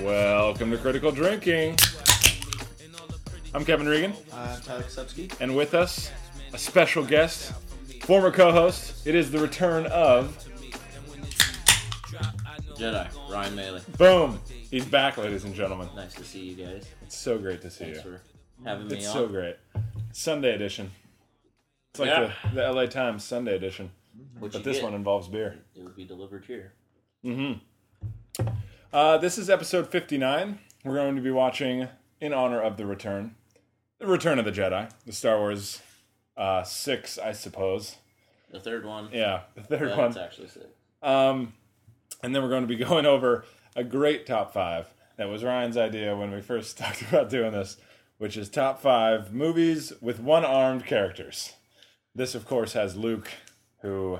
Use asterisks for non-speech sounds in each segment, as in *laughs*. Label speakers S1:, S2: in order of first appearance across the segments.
S1: Welcome to Critical Drinking. I'm Kevin Regan,
S2: I'm Tyler Sepsky.
S1: and with us, a special guest, former co host. It is the return of
S2: Jedi, Ryan Maley.
S1: Boom. He's back, ladies and gentlemen.
S2: Nice to see you guys.
S1: It's so great to see
S2: Thanks
S1: you.
S2: for having me
S1: It's
S2: on.
S1: so great. Sunday edition. It's like
S2: Yeah.
S1: the, the LA Times Sunday edition,
S2: What
S1: but
S2: you
S1: this
S2: get?
S1: one involves beer.
S2: it will be delivered here.
S1: Uh, this is episode 59. We're going to be watching in honor of the return, the return of the Jedi, the Star Wars uh, six, I suppose.
S2: The third one.
S1: Yeah, the third
S2: that's
S1: one.
S2: actually sick.
S1: Um, and then we're going to be *laughs* going over a great top five. That was Ryan's idea when we first *laughs* talked about doing this, which is top five movies with one armed characters. This, of course, has Luke, who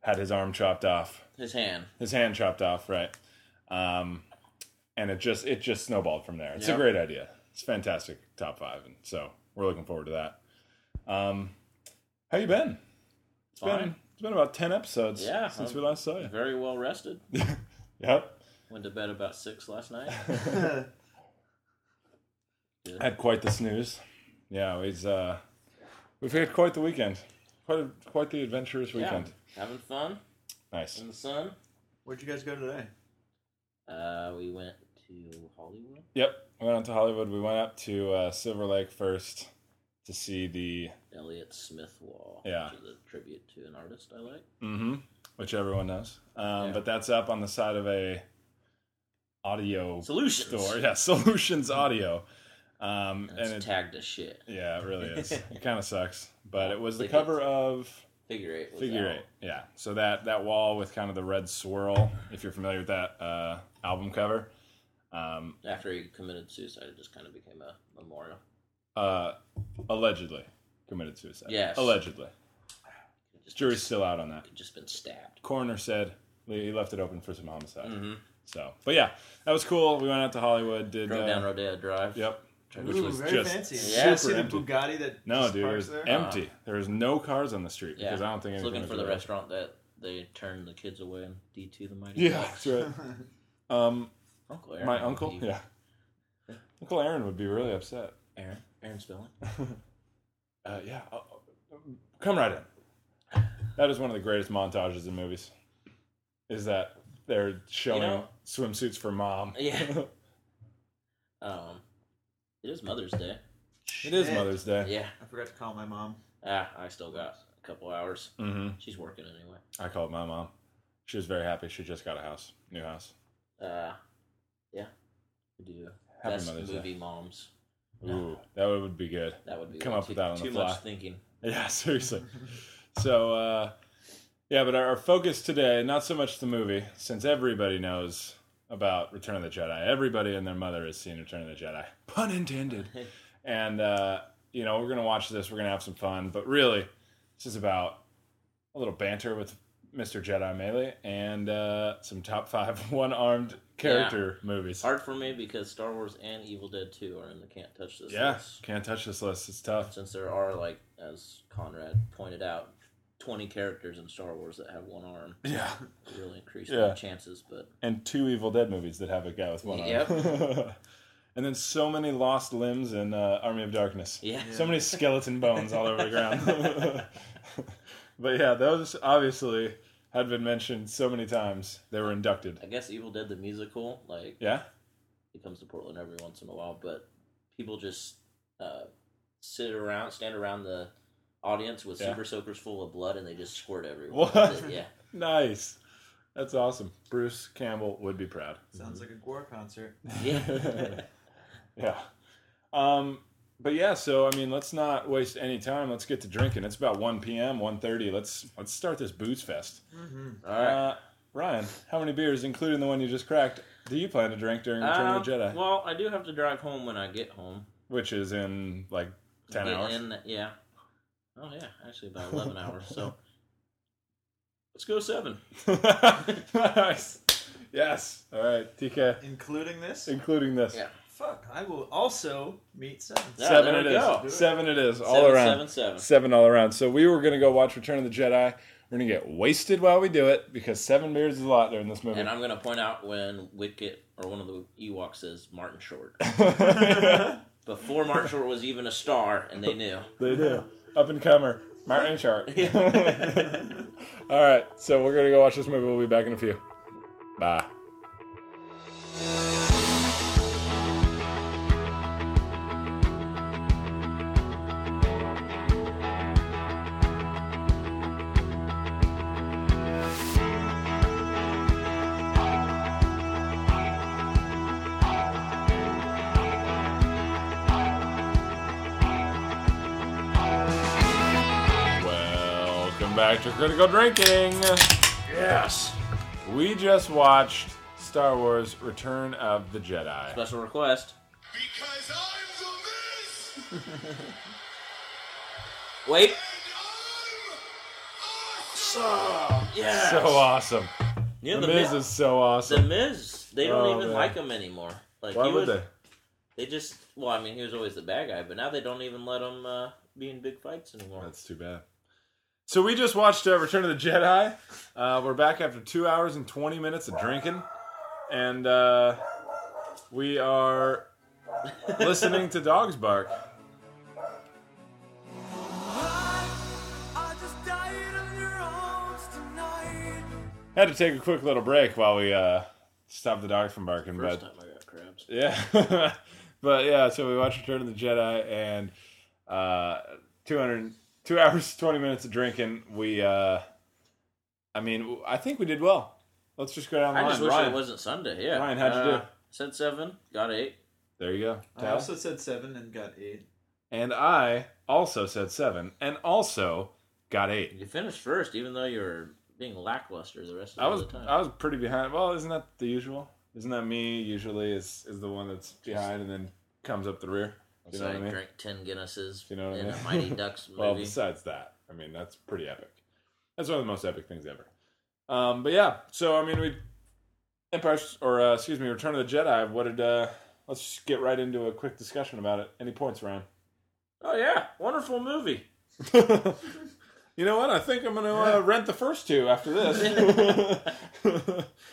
S1: had his arm chopped off,
S2: His hand.
S1: his hand chopped off, right? Um, and it just it just snowballed from there. It's a
S2: Yep.
S1: great idea. It's fantastic top five, and so we're looking forward to that. Um, how you been?
S2: It's
S1: It's been
S2: fine.
S1: it's been about ten episodes
S2: Yeah,
S1: since
S2: I'm-
S1: we last saw you.
S2: Very well rested.
S1: Yep.
S2: Went to bed about six
S1: *laughs*
S2: last night.
S1: Had quite the snooze. Yeah, he's uh we've had quite the weekend. Quite a, quite the adventurous
S2: yeah,
S1: weekend.
S2: having fun
S1: Nice.
S2: in the sun.
S3: Where'd you guys go today?
S2: Uh, we went to Hollywood.
S1: Yep. We went out to Hollywood. We went up to uh, Silver Lake first to see the
S2: Elliot Smith Wall.
S1: Yeah.
S2: Which is a tribute to an artist I like.
S1: hmm which everyone knows. Um,
S2: Yeah.
S1: but that's up on the side of a audio
S2: Solutions.
S1: store. Yeah, *laughs* Solutions Audio. Um
S2: And it's
S1: and it,
S2: tagged as shit.
S1: yeah, it really
S2: *laughs*
S1: is. it kind of sucks, but it was the
S2: Like
S1: cover of
S2: Figure eight. Was
S1: Figure
S2: out.
S1: eight, yeah. So that that wall with kind of the red swirl, if you're familiar with that uh, album cover, um,
S2: After he committed suicide, it just kind of became a memorial.
S1: uh, allegedly committed suicide.
S2: Yes.
S1: allegedly.
S2: It just
S1: Jury's still out on that.
S2: just been stabbed.
S1: Coroner said he left it open for some homicide.
S2: Mm-hmm.
S1: So, but yeah, that was cool. We went out to Hollywood. Did
S2: Drove
S1: uh,
S2: down Rodeo Drive.
S1: Yep. Which
S3: Ooh,
S1: was
S3: very
S1: just
S3: fancy.
S2: Yeah.
S3: Yeah, see
S1: super
S3: the
S1: empty.
S3: Bugatti that
S1: No,
S3: just
S1: dude, it
S3: parks
S1: was
S3: there?
S1: empty. there was no cars on the street
S2: Yeah.
S1: because I don't think
S2: It's
S1: anyone
S2: looking
S1: was
S2: for the
S1: there.
S2: restaurant that they turned the kids away in D2 the Mighty
S1: Yeah,
S2: Ducks.
S1: that's right.
S3: *laughs*
S1: Um,
S2: Uncle Aaron.
S1: my
S2: would
S1: uncle,
S2: be-
S1: yeah, Uncle Aaron would be really upset.
S2: Aaron. Aaron Spelling.
S1: Uh, yeah, uh, uh, come right in. That is one of the greatest montages in movies. Is that they're showing
S2: know-
S1: swimsuits for mom?
S2: *laughs* *laughs* Yeah. Um, it is Mother's Day.
S1: it is
S3: Shit.
S1: Mother's Day.
S2: Yeah.
S3: I forgot to call my mom.
S2: Ah, I still got a couple hours.
S1: hmm
S2: She's working anyway.
S1: I called my mom. She was very happy. She just got a house, new house.
S2: Uh, yeah. We do.
S1: Happy
S2: Best
S1: Mother's Day.
S2: movie moms. No.
S1: Ooh, that would be good.
S2: That would be
S1: Come
S2: way
S1: up with
S2: too-
S1: that on the
S2: Too
S1: fly.
S2: much thinking.
S1: *laughs* Yeah, seriously. so, uh, yeah, but our, our focus today, not so much the movie, since everybody knows about Return of the Jedi. Everybody and their mother has seen Return of the Jedi. Pun
S2: *laughs*
S1: intended. and, uh, you know, we're going to watch this. We're going to have some fun. But really, this is about a little banter with Mr. Jedi Melee and uh, some top five *laughs* one armed character movies.
S2: Hard for me because Star Wars and Evil Dead 2 are in the Can't Touch This
S1: yeah,
S2: list.
S1: can't touch this list. It's tough.
S2: since there are like as conrad pointed out 20 characters in star wars that have one arm
S1: Yeah.
S2: it really increased
S1: Yeah.
S2: the chances but
S1: and two Evil Dead movies that have a guy with one
S2: Yep.
S1: arm. *laughs* and then so many lost limbs in uh, Army of Darkness.
S2: yeah, *laughs*
S1: So many skeleton bones all over the ground. *laughs* but yeah, those obviously had been mentioned so many times. They were inducted.
S2: i guess evil dead the musical like
S1: Yeah?
S2: it comes to portland every once in a while but people just uh, sit around stand around the audience with
S1: Yeah.
S2: super soakers full of blood and they just squirt everywhere
S1: What?
S2: That's it, yeah
S1: Nice. That's awesome. Bruce Campbell would be proud.
S3: Sounds like a gore concert.
S1: *laughs*
S2: yeah
S1: Yeah. Um, but yeah, so I mean, let's not waste any time. Let's get to drinking. It's about 1 p.m., 1.30. Let's let's start this booze fest.
S2: all right
S1: Uh, Ryan, how many beers, including the one you just cracked, do you plan to drink during Return of the
S2: Um,
S1: Jedi?
S2: well i do have to drive home when i get home
S1: Which is in like 10
S2: Get
S1: hours.
S2: in that- yeah. Oh yeah, actually about eleven hours.
S1: *laughs*
S2: So let's go seven.
S1: *laughs* nice. Yes. All right, TK,
S3: Including this?
S1: including this.
S2: Yeah.
S3: Fuck, I will also meet seven.
S2: Yeah,
S1: Seven
S2: there
S1: it
S2: we
S1: is.
S2: go.
S1: Seven it is. All
S2: Seven,
S1: around.
S2: Seven seven.
S1: Seven all around. So we were going to go watch Return of the Jedi. We're gonna get wasted while we do it because seven beers is a lot during this movie.
S2: And I'm gonna point out when Wicket or one of the Ewoks says Martin Short *laughs*
S1: *laughs*
S2: before Martin Short was even a star, and they knew.
S1: they do. *laughs* Up and comer, Martin Short.
S2: *laughs* Yeah.
S1: *laughs* All right, so we're gonna go watch this movie. We'll be back in a few. Bye. Welcome back to Critical Drinking.
S2: Yes.
S1: We just watched Star Wars: Return of the Jedi.
S2: Special request.
S4: Because I'm the Miz, and
S2: Wait.
S4: I'm
S2: Yes.
S1: So awesome.
S2: yeah,
S1: The
S2: the,
S1: Miz is so
S2: The
S1: awesome.
S2: Miz, they don't
S1: Oh,
S2: even
S1: man.
S2: like him anymore. Like
S1: Why
S2: he
S1: would
S2: was,
S1: they?
S2: they? just, well, I mean, he was always the bad guy, but now they don't even let him uh, be in big fights anymore.
S1: That's too bad. So we just watched uh, Return of the Jedi. Uh, we're back after two hours and twenty minutes of drinking, and uh, we are *laughs* listening to dogs bark.
S5: I just died in your arms tonight.
S1: Had to take a quick little break while we uh, stopped the dog from barking,
S2: First
S1: but
S2: time I got crabs.
S1: yeah, *laughs* but yeah. So we watched Return of the Jedi and uh, 200, two hours twenty minutes of drinking. We, uh, I mean, I think we did well. Let's just go down the
S2: I
S1: line.
S2: just wish
S1: Ryan.
S2: it wasn't Sunday. Yeah. Uh,
S1: Ryan, how'd you do?
S2: Said seven, got eight.
S1: There you go.
S3: I also said seven and got eight.
S1: And I also said seven, and also got eight.
S2: You finished first, even though you were being lackluster the rest of
S1: I was
S2: the time.
S1: I was pretty behind. Well, isn't that the usual? Isn't that me usually is is the one that's behind and then comes up the rear? You
S2: so
S1: know
S2: I
S1: what I mean?
S2: drank ten Guinnesses
S1: You know what I
S2: in
S1: mean? *laughs*
S2: a Mighty Ducks movie.
S1: Well, besides that, I mean that's pretty epic. That's one of the most epic things ever. Um, but yeah, so I mean we Empire or uh, excuse me, Return of the Jedi. What did uh, let's just get right into a quick discussion about it. Any points, Ryan?
S2: oh yeah, wonderful movie.
S1: *laughs* you know what? I think I'm going to uh, rent the first two after
S2: *laughs*
S1: this. *laughs*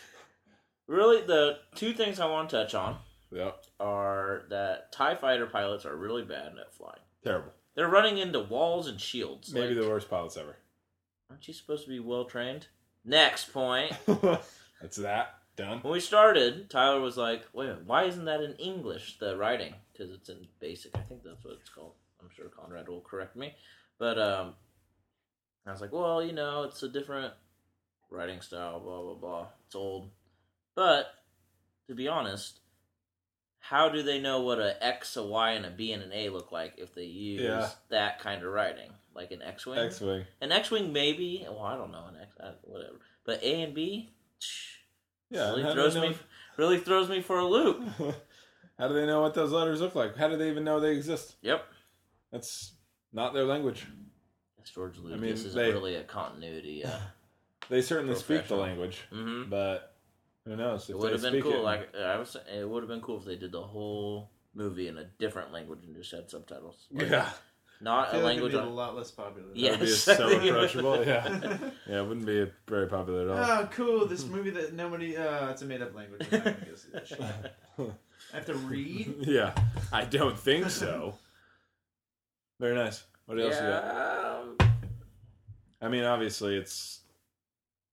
S2: Really, the two things I want to touch on
S1: yep.
S2: are that Tie Fighter pilots are really bad at flying.
S1: Terrible.
S2: They're running into walls and shields.
S1: Maybe
S2: like,
S1: the worst pilots ever.
S2: aren't you supposed to be well trained? Next point. *laughs*
S1: That's that. Done.
S2: When we started, Tyler was like, "Wait, a minute, why isn't that in English? The writing because it's in basic. I think that's what it's called. I'm sure Conrad will correct me." But um, I was like, "Well, you know, it's a different writing style. Blah blah blah. It's old." But to be honest, how do they know what a X, a Y, and a B and an A look like if they use
S1: Yeah.
S2: that kind of writing, like an X-wing?
S1: X Wing.
S2: An X-wing maybe. Well, I don't know an X, uh, whatever. But A and B. Tch,
S1: Yeah.
S2: really
S1: how do
S2: throws
S1: they know-
S2: me really throws me for a loop.
S1: *laughs* How do they know what those letters look like? How do they even know they exist?
S2: Yep.
S1: That's not their language.
S2: That's George Lucas
S1: mean,
S2: isn't
S1: they-
S2: really a continuity.
S1: *laughs*
S2: Uh,
S1: They certainly speak the
S2: Professional.
S1: language,
S2: hmm
S1: but who knows? If
S2: It would have
S1: they
S2: been
S1: speak
S2: cool.
S1: it-
S2: Like uh, I was, saying, it would have been cool if they did the whole movie in a different language and just had subtitles.
S1: *laughs* *laughs*
S2: Like,
S1: yeah,
S2: Not
S3: I
S2: a
S3: feel like it'd
S2: language.
S3: be a
S2: On...
S3: lot less popular.
S1: it'd be
S2: Yes.
S1: so
S2: *laughs*
S1: approachable. Yeah, yeah, it wouldn't be very popular at all.
S2: Ah.
S3: Oh,
S1: *laughs*
S3: cool! This movie that nobody. Uh, it's a made-up language. I'm not gonna go see that shit. I have to read.
S1: Yeah, I don't think so. Very nice. What else you got?
S2: yeah. um,
S1: I mean, obviously, it's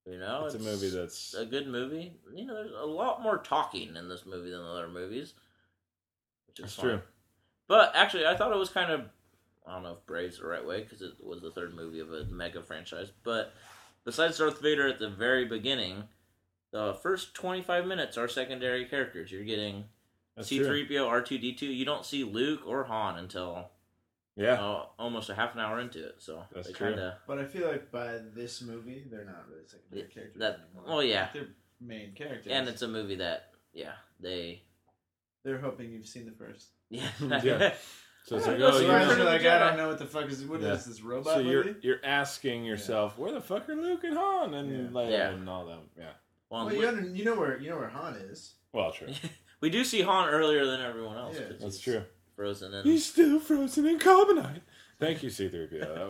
S2: You know,
S1: it's a movie that's
S2: a good movie. You know, there's a lot more talking in this movie than other movies. Which is
S1: it's
S2: fine.
S1: true.
S2: But actually, I thought it was kind of I don't know if brave's the right way because it was the third movie of a mega franchise. But besides Darth Vader at the very beginning, the first twenty five minutes are secondary characters. You're getting
S1: That's
S2: C
S1: true.
S2: three PO, R two D two. You don't see Luke or Han until
S1: Yeah,
S2: uh, almost a half an hour into it. So
S1: That's
S2: they
S1: true.
S2: kinda-
S3: But I feel like by this movie, they're not really secondary
S2: Yeah,
S3: characters
S2: that-
S3: anymore.
S2: oh, yeah.
S3: they're main characters,
S2: and it's a movie that yeah they *laughs*
S3: they're hoping you've seen the first.
S2: yeah,
S1: Yeah. so it's like,
S2: That's
S1: oh, you
S2: what I
S1: know.
S2: heard.
S3: like
S2: Yeah.
S3: I don't know what the fuck is what is
S1: Yeah.
S3: this robot
S1: so
S3: movie?
S1: you're you're asking yourself, where the fuck are Luke and Han and
S3: Yeah.
S1: Leia
S2: Yeah.
S1: and all that? Yeah.
S2: Well,
S3: Well,
S2: and
S3: you,
S2: we,
S3: under, you know where you know where Han is.
S1: Well, true.
S2: we do see Han earlier than everyone else.
S3: Yeah.
S2: 'cause
S1: That's
S2: he's
S1: true.
S2: Frozen in.
S1: He's still frozen in carbonite. Thank you, C3PO. That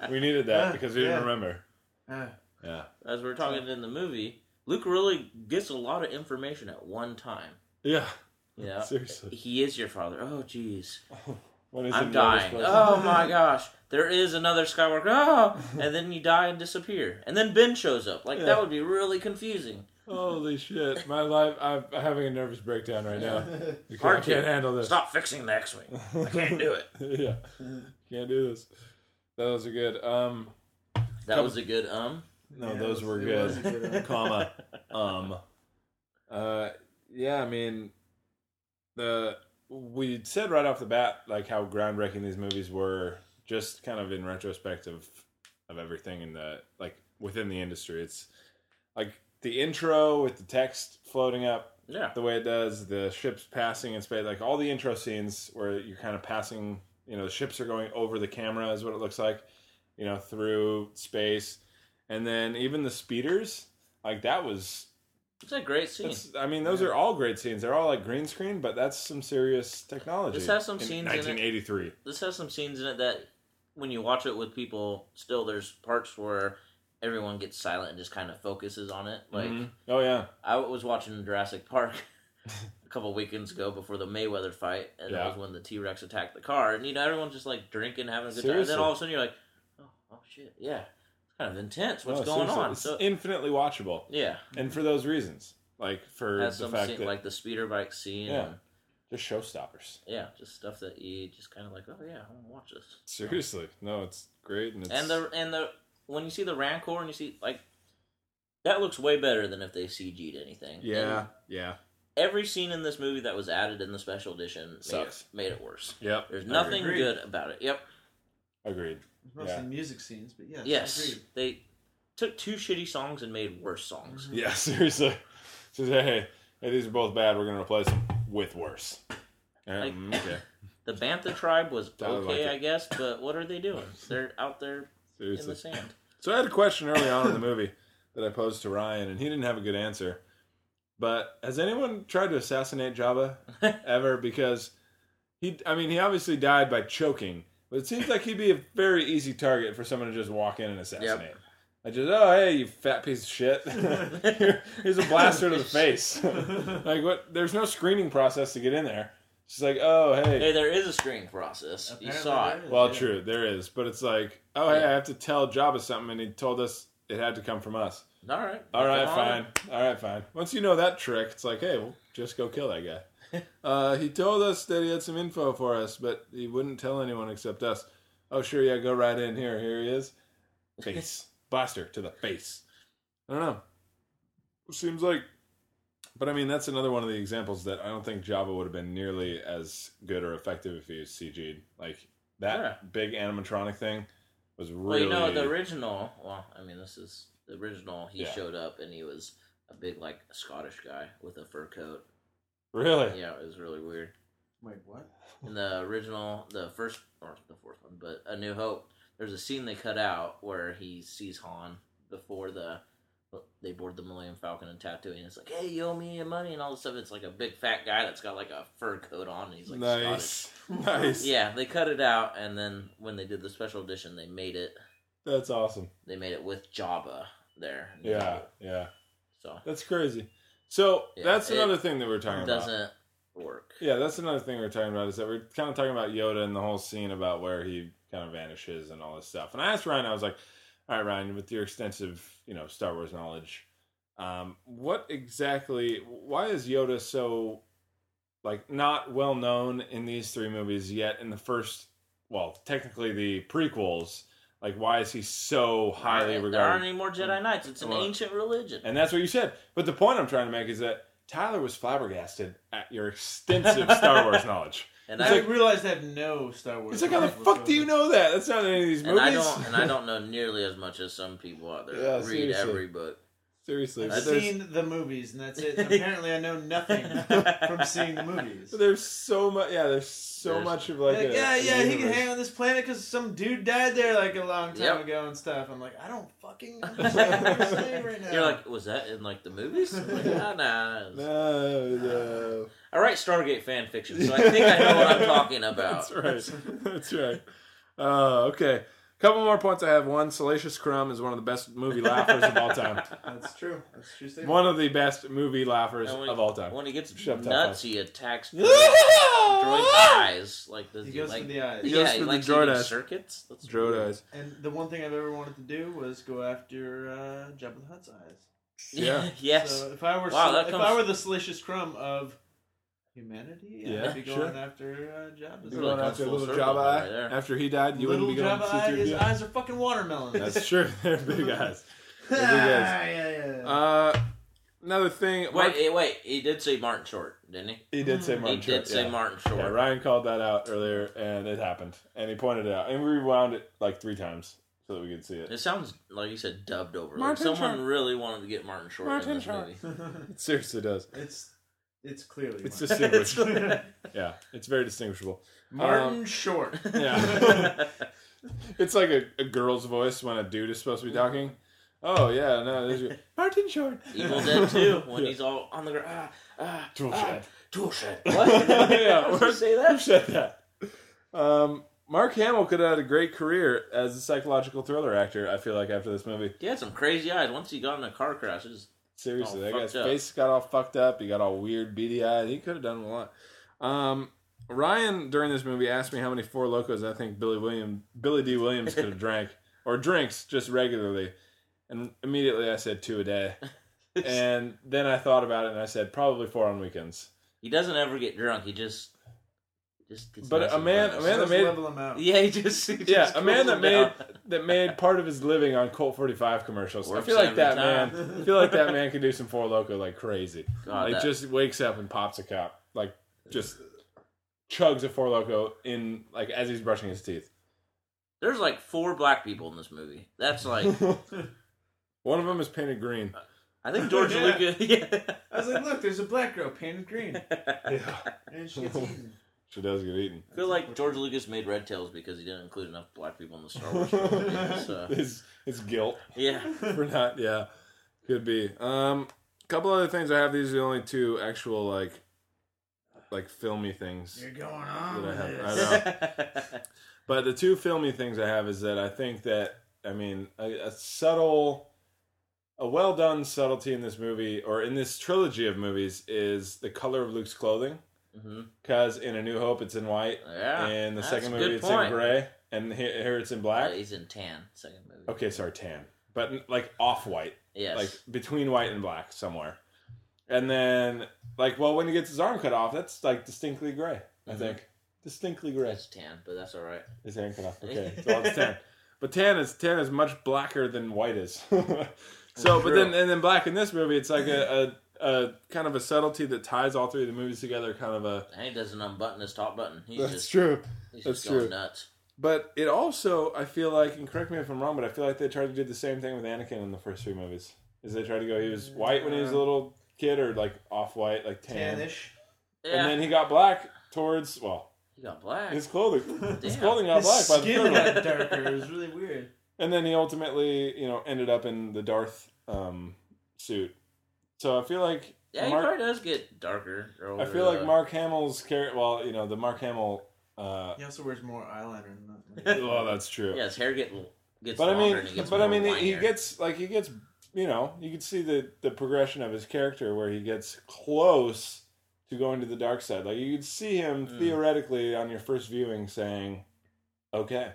S1: was we needed that
S2: *laughs*
S3: Yeah,
S1: because we didn't
S3: yeah.
S1: remember.
S3: I Uh,
S1: Yeah.
S2: As we we're talking in the movie, Luke really gets a lot of information at one
S1: *laughs*
S2: time.
S1: Yeah.
S2: You know,
S1: Seriously.
S2: he is your father. Oh, jeez.
S1: When is
S2: I'm
S1: it the other
S2: dying.
S1: person?
S2: Oh
S1: *laughs*
S2: my gosh. There is another Skywalker. Oh, and then you die and disappear. And then Ben shows up. Like
S1: Yeah.
S2: that would be really confusing.
S1: Holy shit! My life. I'm having a nervous breakdown right now.
S3: *laughs*
S1: I can't, I
S2: Hard to.
S1: can't handle this.
S2: Stop fixing the X-wing. I can't do it.
S1: *laughs* yeah. Can't do this. Those are good. Um.
S2: That was a good um.
S1: No,
S3: Yeah,
S1: those
S3: it
S1: were
S3: was- it
S1: good.
S3: was a good uh,
S1: *laughs*
S3: one.
S1: comma um uh yeah i mean the we said right off the bat like how groundbreaking these movies were just kind of in retrospect of of everything in the like within the industry it's like the intro with the text floating up
S2: Yeah.
S1: the way it does the ships passing in space like all the intro scenes where you're kind of passing you know the ships are going over the camera is what it looks like you know through space and then even the speeders like that was
S2: It's a great scene.
S1: that's, i mean those are all great scenes they're all like green screen but that's some serious technology
S2: This has some
S1: in
S2: scenes in it.
S1: 1983
S2: This has some scenes in it that when you watch it with people, still there's parts where everyone gets silent and just kind of focuses on it. Like
S1: Mhm. oh yeah
S2: I was watching Jurassic Park *laughs* a couple weekends ago before the Mayweather fight, and
S1: Yeah.
S2: that was when the T Rex attacked the car. And you know, everyone's just like drinking, having a good time. And
S1: Seriously.
S2: then all of a sudden, you're like, oh, oh shit, yeah, it's kind of intense. What's
S1: No,
S2: going
S1: seriously,
S2: on?
S1: it's
S2: So
S1: infinitely watchable
S2: yeah,
S1: and for those reasons like for
S2: has
S1: the
S2: some
S1: fact
S2: scene,
S1: that
S2: like the speeder bike scene.
S1: Yeah.
S2: and,
S1: they're showstoppers
S2: yeah, just stuff that you just kind of like, oh yeah, I want to watch this.
S1: seriously no it's great and it's
S2: And the and the when you see the Rancor and you see like. That looks way better than if they CG'd anything.
S1: yeah
S2: And
S1: yeah
S2: every scene in this movie that was added in the special edition made it,
S1: Sucks.
S2: made it worse.
S1: yep
S2: There's
S1: Agreed.
S2: nothing
S3: agree.
S2: good about it. Yep.
S1: agreed
S3: Mostly
S1: Yeah.
S3: music scenes, but yes.
S2: Yes.
S3: agreed.
S2: They took two shitty songs and made worse songs.
S1: Yeah, seriously. Says, hey, hey, these are both bad. We're gonna replace them with worse.
S2: Like-
S1: Um, okay,
S2: The Bantha tribe was
S1: *laughs* I like
S2: okay,
S1: it.
S2: I guess, but what are
S1: *laughs*
S2: they doing? They're out there in the
S1: seriously. *laughs*
S2: sand. *laughs*
S1: So I had a question early on in the movie that I posed to Ryan, and he didn't have a good answer. But has anyone tried to assassinate Jabba ever? Because he, I mean, he obviously died by choking, but it seems like he'd be a very easy target for someone to just walk in and assassinate. I just, oh hey, you fat piece of shit! *laughs* Here- Here's a blaster to the face. like what? There's no screening process to get in there. She's like, oh hey,
S2: Hey, there is a screening process. you
S3: Apparently
S2: saw it.
S3: there is,
S1: well,
S3: yeah.
S1: true, there is, but it's like, oh hey, I
S2: Yeah.
S1: have to tell Jabba something, and he told us it had to come from us.
S2: All right.
S1: All right,
S2: Come
S1: fine.
S2: on.
S1: All right, fine. Once you know that trick, it's like, hey, well, just go kill that guy.
S2: *laughs*
S1: Uh, he told us that he had some info for us, but he wouldn't tell anyone except us. Oh, sure, yeah, go right in here. Here he is.
S2: *laughs*
S1: Face. Blaster to the face. I don't know. Seems like. But I mean, that's another one of the examples that I don't think Java would have been nearly as good or effective if he was CG'd. Like, that
S2: Yeah.
S1: big animatronic thing was
S2: Well,
S1: really.
S2: you know, the original, well, I mean, this is the original. He
S1: Yeah.
S2: showed up and he was a big, like, Scottish guy with a fur coat.
S1: really?
S2: Yeah, it was really weird.
S3: Wait, what?
S2: in the original, the first or the fourth one, but A New Hope, there's a scene they cut out where he sees Han before the they board the Millennium Falcon and Tatooine. And it's like, hey, you owe me your money and all this stuff. It's like a big fat guy that's got like a fur coat on and he's like
S1: nice. *laughs* Nice.
S2: Scottish. Yeah, they cut it out, and then when they did the special edition, they made it.
S1: That's awesome.
S2: They made it with Jabba there.
S1: Yeah, yeah.
S2: so
S1: That's crazy. So
S2: Yeah,
S1: that's
S2: it
S1: another thing that we we're talking
S2: it
S1: about.
S2: doesn't work.
S1: Yeah, that's another thing we we're talking about is that we we're kind of talking about Yoda and the whole scene about where he kind of vanishes and all this stuff. And I asked Ryan, I was like, "All right, Ryan, with your extensive, you know, Star Wars knowledge, um, what exactly? Why is Yoda so like not well known in these three movies yet? In the first, well, technically the prequels, like why is he so highly
S2: there
S1: regarded?
S2: aren't any more Jedi Knights. It's an
S1: Well,
S2: ancient religion.
S1: And that's what you said. But the point I'm trying to make is that Tyler was flabbergasted at your extensive Star Wars knowledge.
S2: And
S1: It's
S2: I
S3: I realized I have no Star Wars.
S1: It's like, how the fuck do you know that? That's not in any of these
S2: And
S1: movies.
S2: I don't and I don't know nearly as much as some people out there
S1: Yeah,
S2: read
S1: seriously.
S2: every book.
S1: *laughs* Seriously,
S3: I've
S1: but there's,
S3: seen the movies, and that's
S1: *laughs*
S3: it. Apparently, I know nothing *laughs*
S2: *laughs*
S3: from seeing *laughs* the movies.
S1: but there's so much. Yeah, there's so
S2: There's-
S1: much of like,
S3: Like,
S1: a-
S3: yeah,
S1: a
S3: yeah, he can
S1: universe.
S3: hang on this planet because some dude died there like a long time
S2: Yep.
S3: ago and stuff. I'm like, I don't
S1: *laughs*
S3: fucking understand what you're saying right now.
S2: You're like, was that in like the movies? I'm like, nah, nah. it was-
S1: No,
S2: *laughs*
S1: no.
S2: I write Stargate fan
S1: *laughs*
S2: fiction, so I think I know what I'm talking about.
S1: That's right. That's right. Uh, okay. couple more points I have. One, Salacious Crumb is one of the best movie laughers of all
S2: *laughs*
S1: time.
S3: That's true. That's true. statement.
S1: One of the best movie laughers
S2: And when-
S1: of all time.
S2: When he gets
S1: Shut up,
S2: nuts,
S1: Popeye.
S2: he
S1: *laughs*
S2: attacks droid, droid
S1: Droid
S2: eyes. Like does
S3: He
S2: he,
S3: goes
S2: like?
S3: for the eyes.
S1: He
S2: yeah,
S1: goes
S2: he
S1: for the
S2: likes
S1: droid
S2: eating
S1: eyes.
S2: circuits. That's
S1: eyes.
S3: And the one thing I've ever wanted to do was go after uh, Jabba the Hutt's eyes.
S1: Yeah.
S2: *laughs* yes.
S3: So if I were
S2: Wow, that
S3: if
S2: comes-
S3: I were the salacious crumb of humanity,
S1: Yeah,
S3: I'd be going
S1: sure.
S3: after uh, Jabba's
S2: Be
S1: Going
S2: going
S3: eyes.
S2: comes
S1: after
S2: full
S1: little
S2: circle
S1: Java
S2: right there.
S1: after he died, you
S3: Little
S1: wouldn't be going
S3: Jabba
S1: to see
S3: eye,
S1: through
S3: his
S1: his
S3: eyes are fucking watermelons. *laughs*
S1: That's true. *laughs* They're big eyes.
S3: ah,
S1: they're big eyes. *laughs*
S3: yeah, yeah.
S1: Uh, another thing.
S2: Wait,
S1: Mark,
S2: eh, wait. He did say Martin Short, didn't he?
S1: he did say Martin
S2: he
S1: Short,
S2: did say
S1: yeah.
S2: Martin Short.
S1: Yeah, Ryan called that out earlier, and it happened. And he pointed it out, and we rewound it like three times so that we could see it.
S2: It sounds like you said dubbed over.
S1: Martin
S2: like someone
S1: Short.
S2: really wanted to get Martin Short
S1: Martin
S2: in this
S1: Short.
S2: movie.
S1: It seriously does.
S3: it's it's
S2: *laughs*
S3: clearly
S1: It's
S3: Martin.
S1: distinguished. yeah, it's very distinguishable.
S3: *laughs*
S1: Um,
S3: Martin Short.
S2: *laughs*
S1: Yeah. it's like a, a girl's voice when a dude is supposed to be talking. Oh yeah, no, there's
S2: *laughs*
S1: your- Martin Short.
S2: Evil Dead too. when
S1: Yeah.
S2: he's all on the ground. Ah, ah,
S1: Tool
S2: ah,
S1: shed.
S2: tool shed. What?
S1: yeah,
S2: *laughs* Did you
S1: where-
S2: say
S1: who
S2: that?
S1: said that? Um, Mark Hamill could have had a great career as a psychological thriller actor. I feel like after this movie,
S2: He had some crazy eyes. Once he got in a car crash, it was
S1: seriously,
S2: All
S1: that guy's
S2: Oh, fucked up.
S1: face got all fucked up. He got all weird, beady eyed. He could have done a lot. Um, Ryan during this movie asked me how many Four Locos I think Billy William Billy D Williams
S2: *laughs*
S1: could have drank or drinks just regularly, and immediately I said two a
S2: *laughs*
S1: day. and then I thought about it and I said probably four on weekends.
S2: He doesn't ever get drunk. He just, just. Gets
S1: But
S2: nice
S1: a
S2: and
S1: man-
S2: gross.
S1: a man- that
S3: Just
S1: made-
S3: level him out.
S2: Yeah, he just. He just
S1: Yeah, a man
S2: cools
S1: that
S2: him
S1: made
S2: down.
S1: that made part of his living on Colt 45 commercials. I
S2: Works
S1: feel like
S2: every
S1: that
S2: time.
S1: man. I feel like that man could do some Four Loco like crazy.
S2: God,
S1: like
S2: that-
S1: just wakes up and pops a cup, like just chugs a Four Loco in like as he's brushing his teeth.
S2: There's like four black people in this movie. That's like.
S1: One of them is painted green.
S2: I think George
S3: Yeah.
S2: Lucas. *laughs* Yeah.
S3: I was like, look, there's a black girl painted green,
S1: Yeah.
S3: and
S1: *laughs*
S3: she gets eaten.
S1: She does get eaten.
S2: I feel like George Lucas made Red Tails because he didn't include enough black people in the Star Wars movies. So,
S1: His his guilt
S2: yeah.
S1: for not yeah could be. Um, couple other things I have. These are the only two actual like like filmy things.
S3: *laughs* You're going on
S1: That I
S3: with
S1: have- I
S3: this.
S1: know. But the two filmy things I have is that I think that I mean a, a subtle, a well done subtlety in this movie or in this trilogy of movies is the color of Luke's clothing.
S2: hmm
S1: Because in A New Hope it's in white,
S2: *laughs* Uh, Yeah.
S1: in the
S2: that's
S1: second
S2: a
S1: movie
S2: good
S1: it's
S2: point.
S1: in gray, and here, here it's in black.
S2: Uh, he's in tan. Second movie.
S1: Okay, sorry, tan, but like off white,
S2: Yes.
S1: like between white and black somewhere. And then like well, when he gets his arm cut off, that's like distinctly gray. I
S2: Mhm.
S1: think distinctly gray.
S2: that's tan, but that's all right.
S1: His hand cut off. Okay, so it's tan. But tan is tan is much blacker than white *laughs* is. so, but
S2: True.
S1: then and then black in this movie, it's like a, a a kind of a subtlety that ties all three of the movies together. Kind of a
S2: And he doesn't unbutton his top button. He's just
S1: true.
S2: he's
S1: that's
S2: just going
S1: true.
S2: nuts.
S1: But it also, I feel like, and correct me if I'm wrong, but I feel like they tried to do the same thing with Anakin in the first three movies. Is they tried to go he was white when he was a little kid, or like off white, like tan,
S3: *laughs* Tannish.
S2: Yeah.
S1: and then he got black towards well
S2: he got black.
S1: his clothing. His
S2: Damn.
S1: clothing got
S3: His
S1: black by the
S3: skin
S1: third one.
S3: got darker. It was really weird.
S1: and then he ultimately you know ended up in the Darth um, suit. So I feel like
S2: Yeah,
S1: Mark,
S2: he probably does get darker.
S1: I feel like Mark Hamill's character. Well, you know the Mark Hamill.
S3: *laughs*
S1: Uh,
S3: He also wears more eyeliner than
S1: *laughs*
S3: that.
S1: well, that's true.
S2: Yeah, his hair get, gets
S1: but I
S2: longer
S1: mean,
S2: and he gets
S1: but I
S2: more
S1: mean, he, he
S2: whinier.
S1: gets like he gets. You know, you can see the the progression of his character where he gets close to going to the dark side. Like you could see him
S2: Mm.
S1: theoretically on your first viewing saying, "Okay,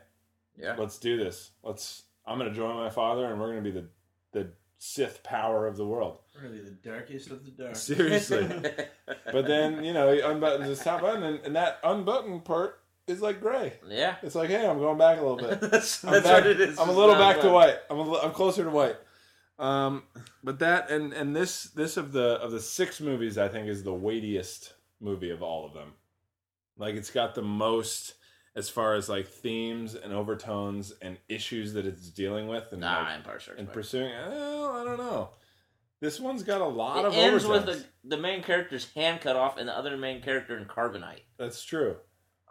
S2: Yeah.
S1: let's do this. Let's. I'm going to join my father, and we're going to be the the Sith power of the world."
S3: Really, the darkest of the
S1: *laughs*
S2: *laughs*
S3: dark.
S1: Seriously. *laughs* But then, you know, he unbuttons his top button, and, and that unbuttoned part is like gray.
S2: yeah.
S1: It's like, hey, I'm going back a little
S2: *laughs*
S1: bit.
S2: that's
S1: I'm,
S2: that's
S1: back-
S2: what it is.
S1: I'm a
S2: It's
S1: little
S2: not
S1: back to
S2: black.
S1: white. I'm, a li- I'm closer to white. Um, but that and and this this of the of the six movies, I think, is the weightiest movie of all of them. Like, it's got the most as far as like themes and overtones and issues that it's dealing with, and
S2: Nah,
S1: like,
S2: Empire Strikes
S1: and
S2: Back.
S1: pursuing. eh, Well, I don't know. This one's got a lot of
S2: it ends
S1: overtones.
S2: with the, the main character's hand cut off and the other main character in carbonite.
S1: That's
S2: *laughs*
S1: true.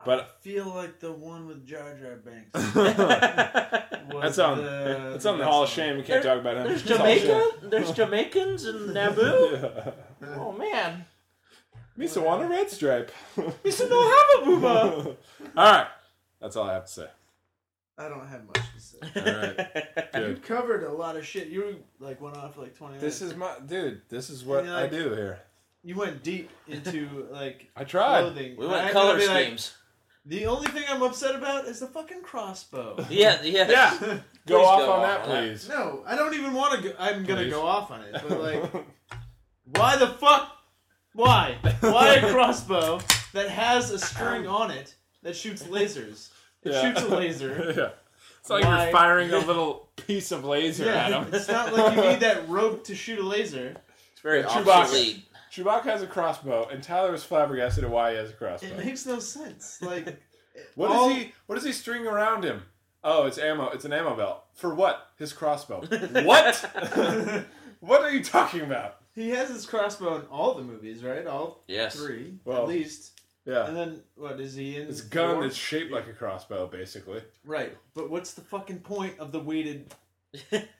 S1: But-
S3: I feel like the one with Jar Jar
S1: *laughs*
S3: Banks. was
S1: That's on.
S3: the-
S1: *laughs* that's on the Hall of
S3: best one.
S1: Shame. We can't
S2: There-
S1: talk about him.
S2: There's
S1: It's Hall of
S2: *laughs* Jamaica. There's Jamaicans in Naboo.
S1: Shame. *laughs* Yeah.
S2: Oh man,
S1: Misa want a red stripe. *laughs*
S2: we still don't have a booba.
S1: all right. That's all I have to say.
S3: *laughs* I don't have much to say.
S1: All right.
S3: You
S1: Good.
S3: covered a lot of shit. You like went off for like twenty.
S1: This
S3: minutes.
S1: is my dude. This is what
S3: Yeah,
S1: I
S3: like-
S1: do here.
S3: you went deep into *laughs* like
S1: I tried.
S3: clothing.
S2: we
S3: And
S2: went
S3: I'm
S2: color
S3: gonna be like,
S2: schemes.
S3: the only thing I'm upset about is the
S1: *laughs*
S3: fucking crossbow.
S2: yeah, yeah.
S3: *laughs*
S1: Yeah, go
S2: Please
S1: off
S2: go
S1: on
S2: off
S1: that,
S2: on that.
S1: please.
S3: No, I don't even want to. go I'm gonna
S1: Please.
S3: go off on it,
S1: *laughs*
S3: but like, why the fuck? Why? Why a crossbow that has a string on it that shoots lasers? It
S1: Yeah.
S3: shoots
S1: *laughs*
S3: a laser.
S1: yeah. It's like
S3: Why-
S1: you're firing
S3: *laughs*
S1: a little piece of laser at
S3: Yeah,
S1: him.
S3: *laughs* it's not like you need that rope to shoot a laser.
S2: It's very
S1: Chewbacca.
S2: obsolete.
S1: Chewbacca has a crossbow, and Tyler was flabbergasted at why he has a
S3: It
S1: crossbow.
S3: makes no sense. Like,
S1: *laughs* What
S3: all-
S1: is he? What is he stringing around him? Oh, it's ammo. It's an ammo belt for what? His
S3: *laughs*
S1: crossbow. *laughs* what? what are you talking about?
S3: He has his crossbow in all the movies, right? All
S2: *laughs* Yes.
S3: three,
S1: Well,
S3: at least.
S1: Yeah,
S3: And then what is he in?
S1: it's a gun
S3: four?
S1: that's shaped like a crossbow, basically.
S3: right. But what's the fucking point of the weighted?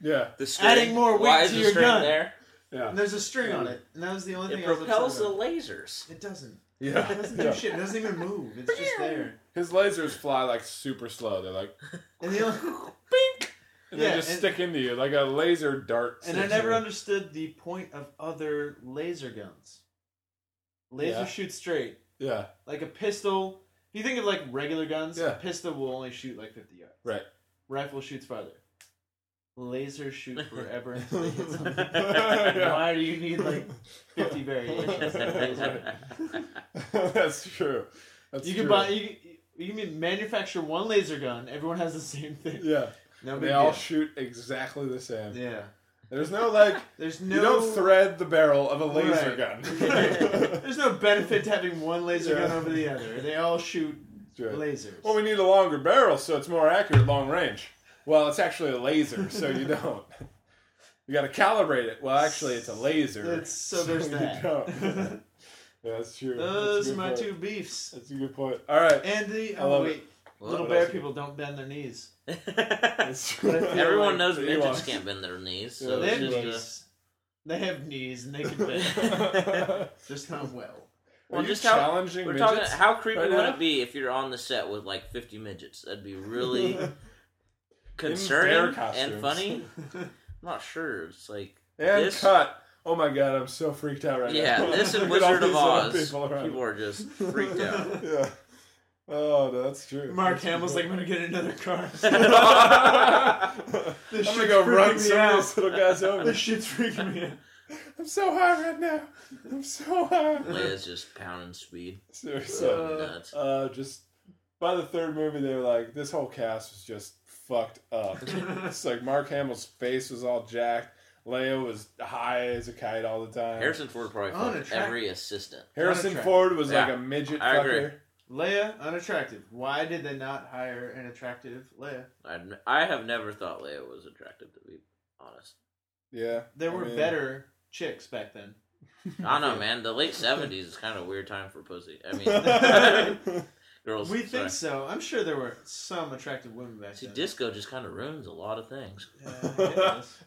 S1: Yeah,
S2: *laughs* The string.
S3: Adding more weight
S2: Why is
S3: to
S2: the
S3: your
S2: string
S3: gun.
S2: there?
S1: yeah,
S3: And there's a string on it, and that was the only
S2: It
S3: thing.
S2: propels
S3: I
S2: the
S3: was upset about.
S2: lasers.
S3: It doesn't.
S1: yeah.
S3: It doesn't do
S1: yeah.
S3: shit. It doesn't even move.
S2: *laughs*
S3: It's just there.
S1: His lasers fly like super slow. They're like,
S3: And the only,
S2: *laughs*
S1: and
S3: Yeah,
S1: they just
S3: and-
S1: stick into you like a laser dart.
S3: and I
S1: sticks
S3: never
S1: in.
S3: understood the point of other laser guns. Laser
S1: Yeah.
S3: shoots straight,
S1: Yeah,
S3: like a pistol. If you think of like regular guns,
S1: Yeah.
S3: a pistol will only shoot like 50 yards.
S1: right.
S3: *laughs* Rifle shoots farther. Laser shoot
S1: *laughs*
S3: forever until it hits something.
S1: Yeah. *laughs*
S3: Why do you need like 50
S2: *laughs*
S3: variations? of laser?
S1: That's true. That's
S3: You can
S1: true.
S3: buy. You, can- you can manufacture one laser gun. Everyone has the same thing.
S1: Yeah,
S3: No
S1: they
S3: big
S1: all
S3: deal.
S1: shoot exactly the same.
S3: Yeah.
S1: There's no like.
S3: There's no.
S1: You don't thread the barrel of a laser
S3: Right. *laughs*
S1: gun.
S3: There's no benefit to having one laser
S1: Yeah.
S3: gun over the other. They all shoot
S1: Sure.
S3: lasers.
S1: well, we need a longer barrel so it's more accurate long range. Well, it's actually a laser, so
S3: *laughs*
S1: you don't. You got to calibrate it. Well, actually, it's a laser.
S3: It's- so
S1: *laughs*
S3: there's
S1: you
S3: that. *laughs*
S1: don't. yeah, that's true. That's a
S3: Those are
S1: good
S3: my
S1: point.
S3: two beefs.
S1: That's a good point. All right.
S3: And the
S1: I
S3: oh
S1: love
S3: wait, little
S1: What
S3: bear
S1: else?
S3: people don't bend their knees.
S1: *laughs* That's true.
S3: But I feel
S2: Everyone
S3: like
S2: knows
S1: the
S2: midgets
S1: Ewoks.
S2: can't bend their knees,
S1: Yeah,
S2: so
S3: they have
S2: it's just, uh,
S3: knees. They have knees and they can *laughs* bend,
S1: *laughs*
S2: *laughs*
S1: Are
S3: just not well.
S2: Well,
S1: you
S2: just how-
S1: challenging
S2: We're
S1: midgets?
S2: talking. How creepy
S1: right
S2: would
S1: now?
S2: it be if you're on the set with like 50 midgets? That'd be *laughs* really concerning
S1: costumes.
S2: and *laughs* funny. I'm not sure. It's like
S1: And
S2: This-
S1: cut. Oh my god, I'm so freaked out right
S2: yeah,
S1: now. *laughs*
S2: this and
S1: Look at all
S2: Wizard of
S1: these other
S2: Oz.
S1: people
S2: People,
S1: around.
S2: are just freaked out.
S1: yeah. Oh, no, that's true.
S3: *laughs* Mark
S1: That's a
S3: Hamill's
S1: good
S3: like, I'm gonna get another *laughs* car.
S1: point. I'm
S3: This
S1: gonna
S3: shit's
S1: go
S3: freaking
S1: run
S3: me
S1: some
S3: out.
S1: of these little guys
S2: *laughs*
S1: over.
S3: this shit's freaking me out.
S1: I'm so high right now. I'm so high.
S2: Leia's just pounding speed.
S1: Seriously.
S3: Uh,
S2: Nuts.
S1: Uh, just by the third movie, they were like, this whole cast was just fucked
S2: *laughs*
S1: up. it's like Mark Hamill's face was all jacked. Leia was high as a kite all the time.
S2: Harrison Ford probably
S3: On a
S2: fucked
S3: track.
S2: every assistant.
S1: Harrison
S3: Unattractive.
S1: Ford was like
S2: Yeah,
S1: a midget
S2: I agree.
S1: fucker.
S3: Leia, unattractive. Why did they not hire an attractive Leia?
S2: I I have never thought Leia was attractive. To be honest,
S1: Yeah.
S3: There
S1: I
S3: were
S1: mean- *laughs*
S2: *laughs*
S3: better chicks back then.
S2: I don't know, man. The late 70s is kind of a weird time for pussy. I
S3: *laughs*
S2: mean,
S1: yeah,
S2: girls.
S3: We
S2: sorry.
S3: think so. I'm sure there were some attractive women back
S2: See,
S3: then.
S2: disco just kind of ruins a lot of things.
S3: Yeah, I guess.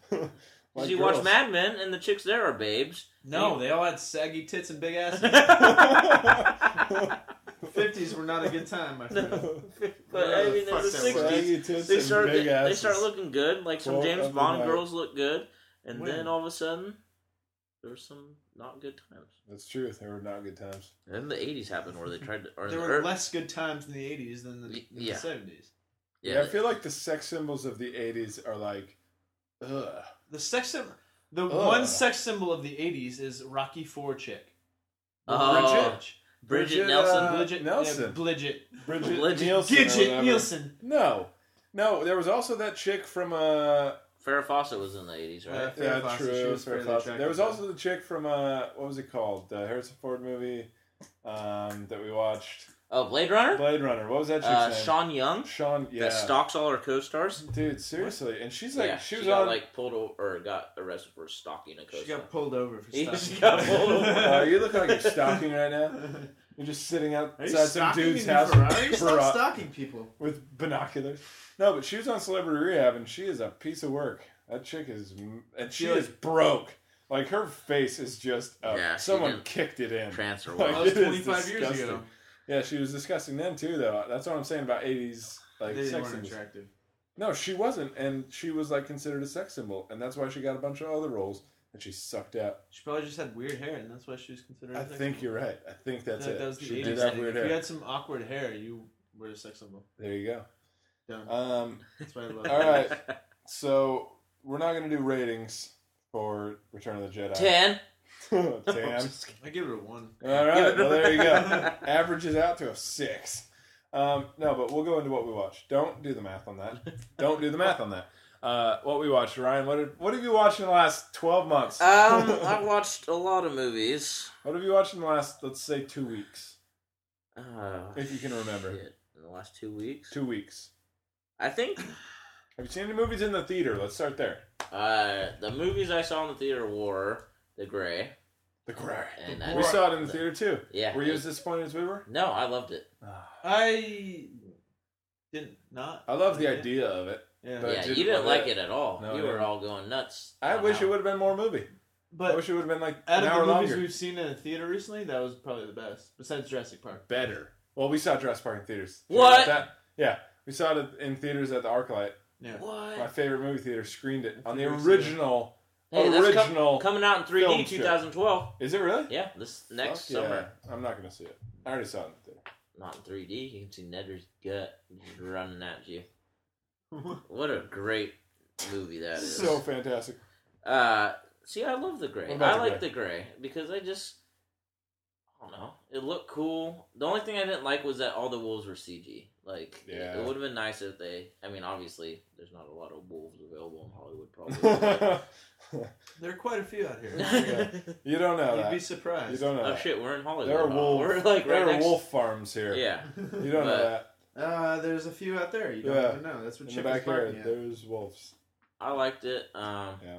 S2: Because you watch Mad Men and the chicks there are
S3: *laughs*
S2: babes.
S3: no, they all had saggy tits and big *laughs* asses.
S1: *laughs*
S2: but
S3: Fifties were not a good time, *laughs* my
S2: I
S3: friend.
S2: mean, in
S3: Fuck
S2: the
S3: that
S2: sixties, they start
S1: big
S2: get- they
S1: asses.
S2: start looking good. Like some
S1: Well,
S2: James
S1: other
S2: Bond
S1: night.
S2: girls look good, and
S3: When?
S2: then all of a sudden, there's some not good times.
S1: That's true. They were not good times.
S2: And then the eighties
S1: *laughs*
S2: happened where they tried to. Or
S3: There
S2: the
S3: were
S2: ear-
S3: less good times in the eighties than the in the
S2: Yeah.
S3: seventies.
S1: Yeah,
S2: Yeah,
S1: I feel like the sex symbols of the '80s are like, ugh.
S3: The sex symbol, the
S1: Ugh.
S3: one sex symbol of the eighties is Rocky Four chick.
S2: Oh.
S3: Bridget.
S2: Bridget,
S1: Bridget,
S2: Nelson.
S1: uh,
S3: Bridget
S1: Nelson.
S3: Yeah, Bridget.
S1: Bridget,
S2: Legend-
S1: Nielsen. or
S3: Gidget
S1: whatever.
S3: Nielsen.
S1: No, no. There was also that chick from uh,
S2: Farrah Fawcett was in the eighties, right?
S3: Uh, Farrah
S1: yeah,
S3: Fawcett,
S1: true.
S3: she was
S1: Farrah
S3: fairly
S1: Fawcett. There was
S3: attractive.
S1: also the chick from uh, what was it called? The Harrison Ford movie um, that we watched,
S2: oh, Blade Runner.
S1: Blade Runner. What was that chick's
S2: uh,
S1: name?
S2: Sean Young
S1: Sean. Yeah.
S2: that stalks all her co-stars.
S1: Dude, seriously, and she's like,
S2: yeah,
S1: she was
S2: got
S1: on. *laughs*
S2: like pulled over, or got arrested for stalking a
S3: She
S2: co-star.
S3: got pulled over for
S2: She
S3: stuff.
S2: got pulled
S3: *laughs*
S1: Uh, you look like you're stalking right now. You're just sitting
S3: Are you
S1: outside some
S3: stalking
S1: dude's
S3: in your
S1: house *laughs*
S3: Ferrari?
S1: with,
S3: Stop
S1: bra-
S3: stalking
S1: *laughs*
S3: people.
S1: with binoculars. No, but she was on Celebrity Rehab, and she is a piece of work. That chick is, m- and she
S3: She
S1: is broke. Like her face is just. Uh,
S2: Yeah, she
S1: someone
S2: didn't
S1: kicked it in.
S2: Transfer.
S1: *laughs* Like,
S3: That was
S1: it is
S3: 25 years
S1: disgusting.
S3: ago.
S1: Yeah, she was disgusting then too, though. That's what I'm saying about '80s like
S3: they
S1: sex
S3: weren't
S1: symbols.
S3: attractive.
S1: No, she wasn't, and she was like considered a sex symbol, and that's why she got a bunch of other roles, and she sucked out.
S3: She probably just had weird hair, and that's why she was considered.
S1: I
S3: a sex
S1: think you're right. I think that's it.
S3: symbol. that was the
S1: she
S3: 80s
S1: did have
S3: thing.
S1: weird
S3: If you
S1: hair.
S3: had some awkward hair, you were a sex symbol.
S1: There you go.
S3: Done.
S1: Um,
S3: That's why I love.
S1: *laughs* All
S3: it.
S1: right. so we're not gonna do ratings for Return of the Jedi.
S2: Ten.
S1: *laughs*
S2: *laughs*
S1: Damn.
S3: I give it a one.
S1: All right. Well, there you go. Averages out to a six. Um, no, but we'll go into what we watched. Don't do the math on that. Don't do the math on that. Uh, what we watched, Ryan. What did, what have you watched in the last twelve months?
S2: Um, *laughs* I watched a lot of movies.
S1: *laughs* what have you watched in the last, let's say, two weeks?
S2: Oh,
S1: If you can remember.
S2: shit. In the last two weeks,
S1: Two weeks.
S2: I think
S1: Have you seen any movies in the theater? Let's start there.
S2: uh, the movies I saw in the theater were The Gray.
S1: The Grudge.
S2: And
S1: We
S2: I,
S1: saw it in the theater too.
S2: Yeah.
S1: Were you as disappointed as we were? Ah,
S2: No, I loved it.
S3: I didn't not.
S1: I love the idea of it.
S3: Yeah.
S1: But- I
S2: yeah,
S1: didn't
S2: you didn't
S1: love
S2: like
S1: it.
S2: it at all.
S1: No, I
S2: you were
S1: didn't.
S2: all going nuts.
S1: I
S2: on
S1: wish
S2: how-
S1: it would have been more movie. I
S3: But
S1: wish it would have been like
S3: out
S1: an
S3: of
S1: hour
S3: the movies
S1: longer.
S3: we've seen in a theater recently, that was probably the best, besides Jurassic Park.
S1: better. Well, we saw Jurassic Park in theaters. Did you
S2: What?
S1: know that? Yeah, we saw it in theaters at the ArcLight.
S3: Yeah.
S1: My
S2: What?
S1: favorite movie theater screened it on the
S3: Theaters, yeah.
S1: original.
S2: Hey, that's com-
S1: original
S2: coming out in
S1: film
S2: 3D
S1: strip.
S2: 2012.
S1: Is it really?
S2: Yeah, this next
S1: Fuck yeah.
S2: summer.
S1: I'm not gonna see it. I already saw it in the theater.
S2: Not in 3D. You can see Nedder's gut running at you. What a great movie that is.
S1: *laughs* So fantastic.
S2: Uh, see, I love the gray.
S1: What
S2: I
S1: about The
S2: like the gray because I just, I don't know, it looked cool. The only thing I didn't like was that all the wolves were CG. Like, it-
S1: Yeah.
S2: it, would have been nice if they. I mean, obviously, there's not a lot of wolves available in
S1: *laughs*
S2: Hollywood, probably.
S3: There are quite a few out *laughs* here.
S2: but-
S1: you don't know
S3: You'd be
S1: that.
S3: surprised.
S1: You don't know.
S2: *laughs* oh
S1: that.
S2: shit, we're in Hollywood.
S1: There are
S2: huh?
S1: wolves.
S2: We're like
S1: there
S2: right
S1: are
S2: next.
S1: wolf farms here.
S2: Yeah,
S1: You don't know
S2: But-
S1: that.
S3: *laughs* Uh, there's a few out there. You don't
S1: Yeah.
S3: even know. That's what
S1: In the
S3: Chip
S1: back
S3: was
S1: here,
S3: barking at.
S1: there's wolves.
S2: I liked it. Um,
S1: Yeah.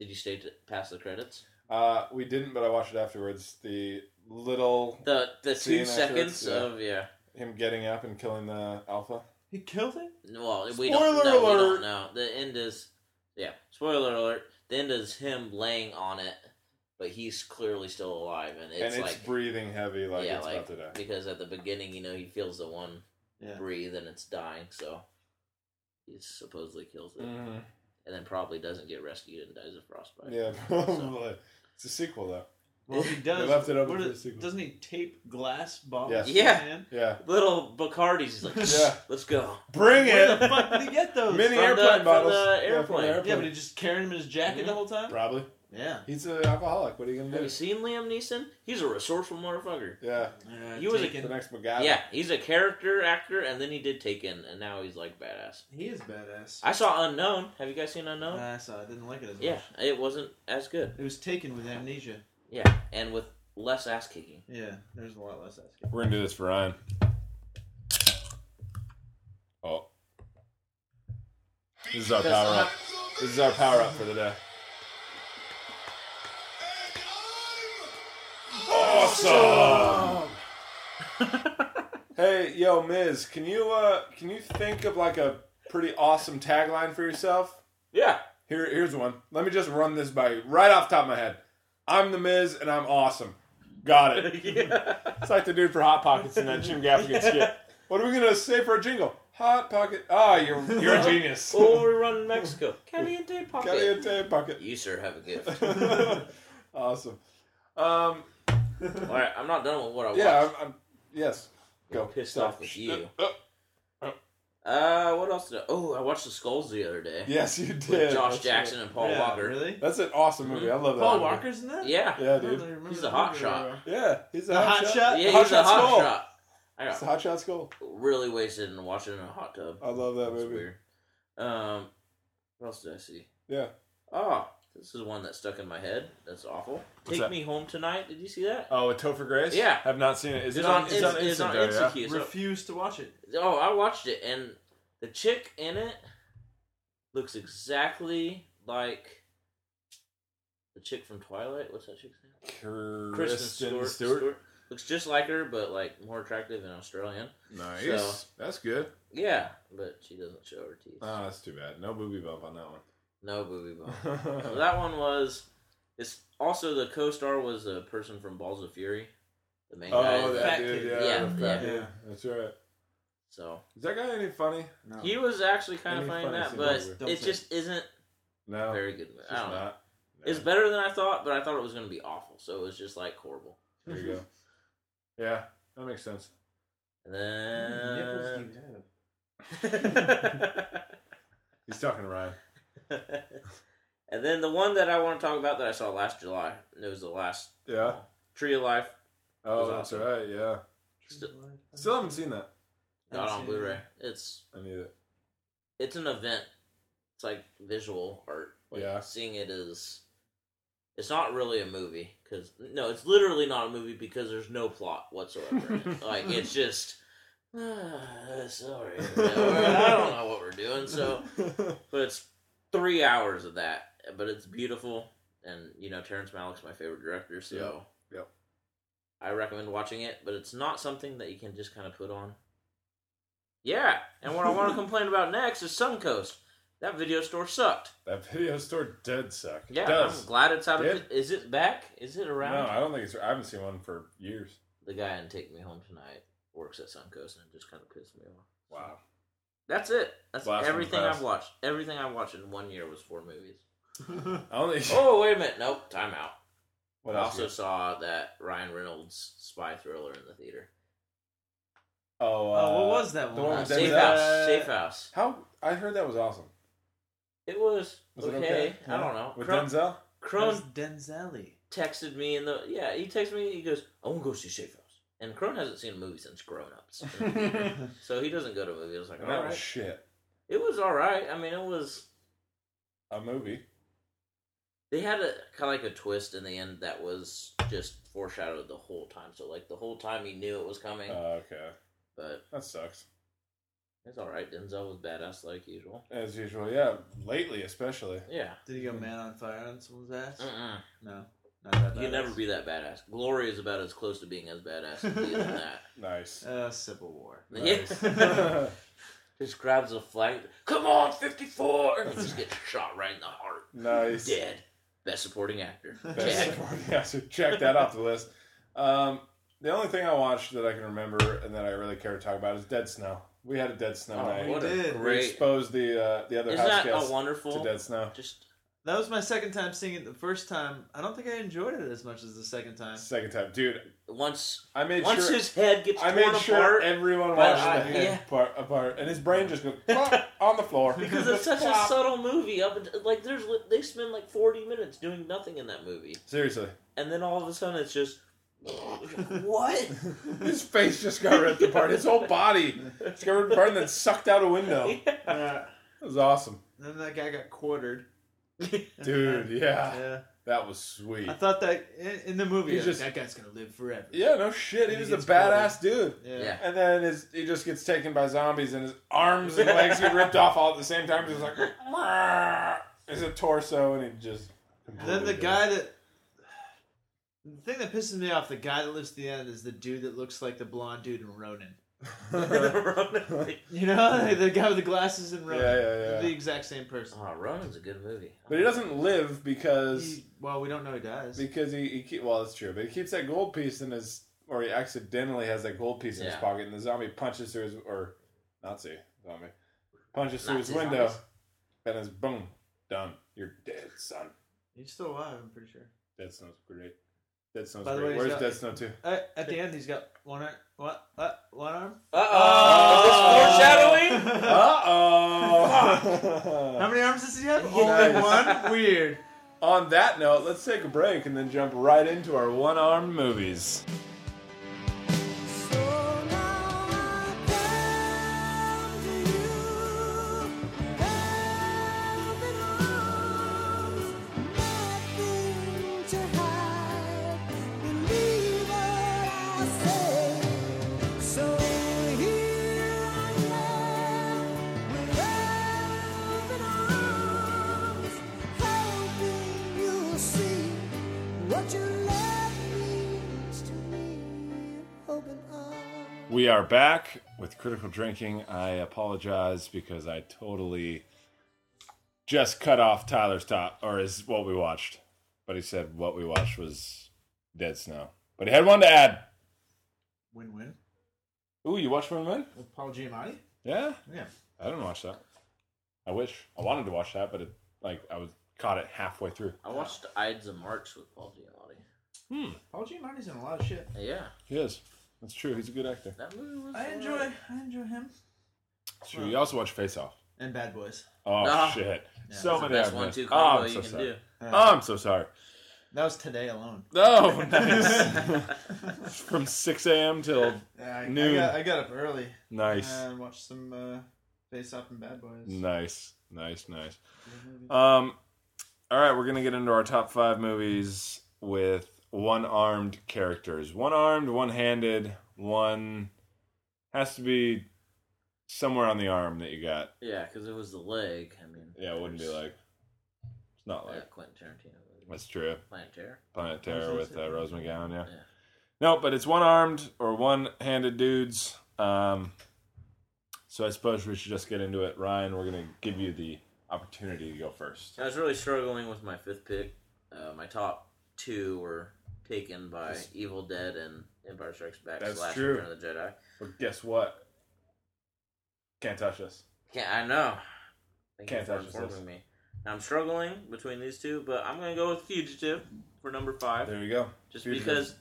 S2: Did you stay t- past the credits?
S1: Uh, we didn't, but I watched it afterwards. The little
S2: The the
S1: Seeing
S2: two
S1: that
S2: seconds
S1: shirts, yeah.
S2: of yeah.
S1: him getting up and killing the alpha.
S3: He killed him.
S2: Well, we
S1: Spoiler
S2: don't, no, we
S1: alert.
S2: don't know. The end is, yeah, spoiler alert. The end is him laying on it, but he's clearly still alive, and it's,
S1: and it's
S2: like
S1: breathing heavy like
S2: yeah,
S1: it's
S2: like
S1: about to die.
S2: *laughs* because at the beginning, you know, he feels the one
S3: Yeah.
S2: breathe, and it's dying, so he supposedly kills it,
S1: Mhm.
S2: and then probably doesn't get rescued and dies of frostbite.
S1: Yeah, *laughs* probably. It's a sequel though. *laughs*
S3: Well, he does.
S1: They left it open
S3: what
S1: for
S3: is-
S1: the sequel.
S3: Doesn't he tape glass bottles?
S1: Yes.
S3: to
S2: Yeah.
S3: his hand?
S1: Yeah,
S2: Little Bacardi's he's like,
S1: Yeah.
S2: let's go.
S1: bring
S3: Where the fuck did he
S1: *laughs*
S3: get those?
S1: Mini
S2: From the-
S1: airplane
S2: from
S1: bottles.
S2: the
S1: Yeah, from
S2: airplane. Yeah,
S3: yeah, but he just carried him in his jacket
S2: Mhm.
S3: the whole time.
S1: probably
S3: Yeah.
S1: he's an alcoholic. What are you gonna
S2: Have
S1: do?
S2: you seen Liam Neeson? He's a resourceful motherfucker.
S1: Yeah,
S3: Uh,
S2: He was a-
S1: the
S3: Taken.
S1: next MacGyver.
S2: yeah, he's a character actor, and then he did Taken, and now he's like badass.
S3: He is badass.
S2: I saw Unknown. Have you guys seen Unknown?
S3: I saw. I didn't like it as much.
S2: yeah, it wasn't as good.
S3: It was taken with amnesia.
S2: Yeah, and with less ass kicking.
S3: Yeah. There's a lot less asking.
S1: We're gonna do this for Ryan. Oh, this is our power up. This is our power up for the day. Awesome. hey, yo, Miz, can you uh, can you think of like a pretty awesome tagline for yourself?
S2: *laughs* Yeah.
S1: Here, here's one. Let me just run this by you right off the top of my head. I'm the Miz, and I'm awesome. Got
S2: *laughs*
S1: it. It's like the dude for Hot Pockets and that Jim Gaffigan skit. What are we gonna say for a jingle? Hot pocket. Ah, you're you're a genius. *laughs*
S2: or we run in Mexico. *laughs* Caliente pocket.
S1: Caliente
S2: *laughs*
S1: pocket.
S2: You sir have a
S1: *laughs*
S2: gift.
S1: awesome. Um,
S2: All right, I'm not done with what I watched.
S1: yeah, I'm, I'm, yes. Go.
S2: I'm pissed
S1: Stop.
S2: off with you.
S1: Uh,
S2: Uh, what else did I? Oh, I watched The Skulls the other day
S1: Yes, you did.
S2: with Josh
S1: That's
S2: Jackson
S1: right.
S2: and Paul
S3: yeah,
S2: Walker.
S3: Really?
S1: That's an awesome movie. I love that.
S3: Paul
S1: movie.
S3: Walker's in that?
S2: Yeah.
S1: Yeah,
S3: I don't
S1: dude.
S3: remember
S2: He's
S3: that
S2: a hot
S3: movie
S2: shot.
S3: very well.
S1: Yeah, he's a
S3: The
S1: hot,
S3: hot shot?
S2: Yeah,
S1: Hot
S2: he's a
S1: Shot's
S2: hot
S1: cool.
S2: shot. I
S1: It's a
S2: got
S1: hot shot skull.
S2: really wasted and watching it in a hot tub.
S1: I love that
S2: That's
S1: movie.
S2: weird. Um, what else did I see?
S1: Yeah.
S2: Oh, this is one that stuck in my head. That's awful. Take
S1: that?
S2: Me Home Tonight. Did you see that?
S1: Oh, with Topher Grace.
S2: Yeah.
S1: have not seen it. Is
S2: It's on- it's- it's on
S1: though, yeah?
S2: Insecure.
S3: Refuse to watch it.
S2: Oh, I watched it, and the chick in it looks exactly like the chick from Twilight. What's that chick's name?
S1: Kristen Stewart.
S2: Looks just like her, but like more attractive and Australian.
S1: Nice.
S2: So-
S1: That's good.
S2: Yeah, but she doesn't show her teeth.
S1: Oh, that's too bad. No booby bump on that
S2: no booby bump.
S1: *laughs*
S2: So
S1: one.
S2: *laughs* that one was. It's also the co-star was a person from Balls of Fury, the main guy.
S1: oh, that
S3: Fat
S1: dude.
S3: kid.
S1: Yeah,
S2: Yeah,
S1: the fat
S2: yeah.
S1: kid. That's right.
S2: So
S1: Is that guy any funny?
S3: Oh.
S6: No.
S2: he was actually kind of
S1: Any
S2: funny
S1: funny
S2: in that,
S1: scene
S2: but
S1: over.
S3: Don't
S2: it
S3: say
S2: just isn't
S1: No.
S2: very good.
S1: Oh, It's
S2: I
S1: just
S2: don't know.
S1: not. No.
S2: It's better than I thought, but I thought it was going to be awful, so it was just like horrible.
S1: There you go.
S2: *laughs*
S1: Yeah, that makes sense.
S2: And
S6: Nipples
S3: Mm,
S2: then
S6: you have.
S1: He's talking to Ryan.
S2: *laughs* and then the one that I want to talk about that I saw last July. and It was the last
S1: Yeah.
S2: Tree of Life.
S1: Oh,
S2: It was
S1: that's
S2: awesome.
S1: right. Yeah. Still haven't seen that.
S2: Not on
S3: Haven't seen it.
S2: Blu-ray. It's
S1: I need it.
S2: it's an event. It's like visual art. Like
S1: Yeah.
S2: Seeing it is. It's not really a movie because no, it's literally not a movie because there's no plot whatsoever. in it. Like it's just. *sighs* "Ah, sorry, I don't know what we're doing. So, but it's three hours of that, but it's beautiful, and you know Terrence Malick's my favorite director, so
S1: Yep, yep.
S2: I recommend watching it. But it's not something that you can just kind of put on. Yeah, and what
S1: *laughs*
S2: I want to complain about next is Suncoast. That video store sucked.
S1: That video store dead suck. It
S2: Yeah,
S1: does.
S2: I'm glad it's out of.
S1: Did?
S2: Is it back? Is it around?
S1: No, I don't think it's. I haven't seen one for years.
S2: The guy in Take Me Home Tonight works at Suncoast, and it just kind of pissed me off.
S1: Wow.
S2: That's it. That's
S1: Blast from the
S2: everything
S1: past.
S2: I've watched. Everything I watched in one year was four movies.
S1: I don't think.
S2: Oh wait a minute, nope, time out.
S1: *laughs* What
S2: I
S1: else
S2: also
S1: you-
S2: saw that Ryan Reynolds spy thriller in the theater.
S1: Oh, uh,
S3: Oh, what was that
S1: the
S3: one?
S1: one
S2: Uh,
S1: with
S2: safe
S1: Denzel?
S2: House. Safe House.
S1: How I heard that was awesome.
S2: It was,
S1: Was
S2: okay.
S1: it okay?
S2: I don't know.
S1: With
S2: Crone, *laughs*
S1: Denzel?
S3: That
S2: Crone
S3: was Denzelli.
S2: texted me in the yeah. He texted me. He goes, "I want to go see Safe House." And Crone hasn't seen a movie since Grown
S1: *laughs*
S2: Ups, so he doesn't go to movies. I was like,
S1: And
S2: all
S1: that
S2: right,
S1: was shit.
S2: it was all right. I mean, it was.
S1: A movie.
S2: They had a kind of like a twist in the end that was just foreshadowed the whole time. So like the whole time he knew it was coming,
S1: Oh, okay.
S2: but
S1: That sucks.
S2: it's all right. Denzel was badass like usual.
S1: As usual, yeah. Lately, especially.
S2: Yeah.
S3: Did he go man on fire on someone's ass?
S2: Mm-mm.
S3: No, not that.
S2: Mm. You can never be that badass. Glory is about as close to being as badass as he is
S1: *laughs*
S2: in that.
S1: Nice.
S3: Uh, Civil War.
S1: Nice. *laughs*
S2: Yeah. *laughs* just grabs a flag. Come on, 54! And he just gets shot right in the heart.
S1: nice.
S2: Dead. Best supporting actor.
S1: Best
S2: Check.
S1: supporting actor. Check that off the list. Um, the only thing I watched that I can remember and that I really care to talk about is Dead Snow. We had a Dead Snow night.
S2: Oh, what a
S3: did. We
S1: We
S2: great.
S1: exposed the uh, the other
S2: Isn't
S1: house
S2: that a
S1: guest to
S2: wonderful?
S1: Dead Snow.
S2: Just
S3: That was my second time seeing it. The first time, I don't think I enjoyed it as much as the second
S1: *laughs*
S3: time.
S1: Second time, dude.
S2: once
S1: I made
S2: once
S1: sure.
S2: his head gets
S1: I
S2: torn
S1: made sure
S2: apart.
S1: everyone
S2: but
S1: watched
S2: I-
S1: the head
S2: yeah.
S1: part apart, and his brain just goes *laughs* "Plop," on the floor *laughs*
S2: because it's such a
S1: Plop.
S2: subtle movie. Up until, like there's li- they spend like forty minutes doing nothing in that movie,
S1: Seriously,
S2: and then all of a sudden it's just *laughs*
S1: *laughs*
S2: what?
S1: his face just got ripped apart. His whole body just got ripped apart and then sucked out a window. It
S3: Uh,
S1: was awesome,
S3: then that guy got quartered. *laughs*
S1: dude. Yeah,
S3: Yeah.
S1: that was sweet.
S3: I thought that in, in the movie,
S1: He
S3: I was
S1: just-
S3: like, that guy's gonna live forever.
S1: Yeah, no shit. He
S3: He
S1: was a
S3: gets
S1: badass dude.
S3: Yeah.
S2: Yeah.
S1: And then his, he just gets taken by zombies, and his arms *laughs* and legs get ripped off all at the same time. He's like, "Rrrr." his a torso, and he just.
S3: Then the guy that. The thing that pisses me off, the guy that lives to the end, is the dude that looks like the blonde dude in Ronin.
S1: *laughs*
S3: *laughs*
S1: yeah,
S3: You know, like the guy with the glasses in Ronin.
S1: yeah,
S3: *laughs* The
S1: yeah.
S3: exact same person.
S2: Oh, Ronan's a good movie.
S1: But he doesn't live because
S3: He- well, we don't know he dies.
S1: because he, he keep, well, that's true. But he keeps that gold piece in his, or he accidentally has that gold piece in his
S2: Yeah.
S1: pocket, and the zombie punches through his, or Nazi zombie punches through his
S2: Nazi
S1: window,
S2: zombies.
S1: and it's boom, done. You're dead, son.
S3: He's still alive, I'm pretty sure.
S1: Dead Snow's great. Dead Snow's
S3: By the
S1: great.
S3: way, he's
S1: Where's
S3: got-
S1: Dead Snow too?
S3: Uh, at the end, he's got one arm. What? Uh, one arm?
S2: Uh
S1: Oh.
S2: Foreshadowing?
S1: Uh oh.
S3: How many arms does he have?
S1: Nice.
S3: Only *laughs* one? Weird.
S1: *laughs* On that note, let's take a break and then jump right into our one armed movies.
S5: So now I come to you, open arms, nothing to hide. Believe what I say. So here I am, with open arms, hoping you'll see what your love means to me. Open arms.
S1: We are back with Critical Drinking. I apologize because I totally just cut off Tyler's top, or is what we watched. But he said what we watched was Dead Snow. But he had one to add.
S3: Win win.
S1: Ooh, you watched Burning Man?
S3: With Paul Giamatti?
S1: Yeah,
S3: Yeah.
S1: I didn't watch that. I wish I wanted to watch that, but it like I was caught it halfway through.
S2: I watched Ides of March with Paul Giamatti.
S1: Hmm.
S3: Paul Giamatti's in a lot of shit.
S2: Yeah,
S1: He is. That's true. He's a good actor.
S2: that movie was. uh,
S3: I enjoy I enjoy him.
S1: It's true. You also watch Face Off.
S3: And Bad Boys.
S1: Oh
S2: Ah.
S1: shit!
S3: Yeah,
S1: so
S2: That's the
S1: many.
S2: best
S1: I've
S2: one
S1: missed.
S2: two
S1: oh,
S2: combo
S1: I'm
S2: you
S1: so
S2: can
S1: sorry.
S2: do.
S1: Oh, I'm so sorry.
S3: Uh, That was today alone. *laughs*
S1: Oh,
S2: *laughs*
S1: nice. *laughs* From 6 a.m. till
S3: Yeah, I,
S1: Noon.
S3: I, got, I got up early
S1: nice,
S3: and watched some uh, Face Off and Bad Boys.
S1: nice, nice, nice.
S3: Good *laughs* movie.
S1: Um, all right, we're gonna get into our top five movies with one-armed characters. One-armed, one-handed, one has to be somewhere on the arm that you got.
S2: Yeah, because it was the leg. I mean,
S1: Yeah, it wouldn't be like it's not
S2: yeah,
S1: like
S2: Quentin Tarantino movie.
S1: that's true.
S2: Planet Terror.
S1: Planet Terror
S3: Rose
S1: with uh, Rose McGowan, yeah.
S2: Yeah.
S1: No, but it's one armed or one handed dudes. Um, so I suppose we should just get into it. Ryan, we're going to give you the opportunity to go first.
S2: I was really struggling with my fifth pick. Uh, my top two were taken by Evil Dead and Empire Strikes Back
S1: That's
S2: slash
S1: true.
S2: Return of the Jedi.
S1: But guess what? Can't touch us.
S2: Can't, I know. Thank
S1: Can't
S2: you for
S1: touch this.
S2: informing me. I'm struggling between these two, but I'm gonna go with Fugitive for number five,
S1: There you go.
S2: just
S1: Fugitive.
S2: because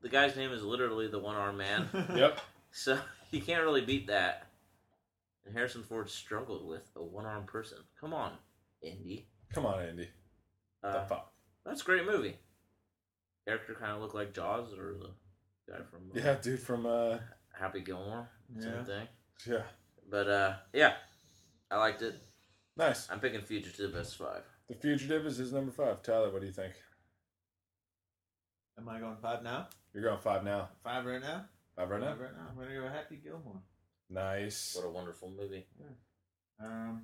S2: the guy's name is literally the One
S1: *laughs*
S2: Armed Man,
S1: Yep.
S2: so *laughs* you can't really beat that. And Harrison Ford struggled with a one armed person. Come on, Indy.
S1: Come on, Andy.
S2: Uh,
S1: the fuck?
S2: that's a great movie. Character kind of looked like Jaws or the guy from uh,
S1: Yeah, dude from, uh,
S2: Happy Gilmore, same
S3: Yeah.
S2: thing.
S1: yeah.
S2: But uh, yeah, I liked it.
S1: Nice.
S2: I'm picking Fugitive as five.
S1: The Fugitive is his number five. Tyler, what do you think?
S3: Am I going five now?
S1: You're going five now.
S3: Five right now?
S1: Five right now?
S3: Five right now. I'm gonna go Happy Gilmore.
S1: Nice.
S2: What a wonderful movie.
S3: Um,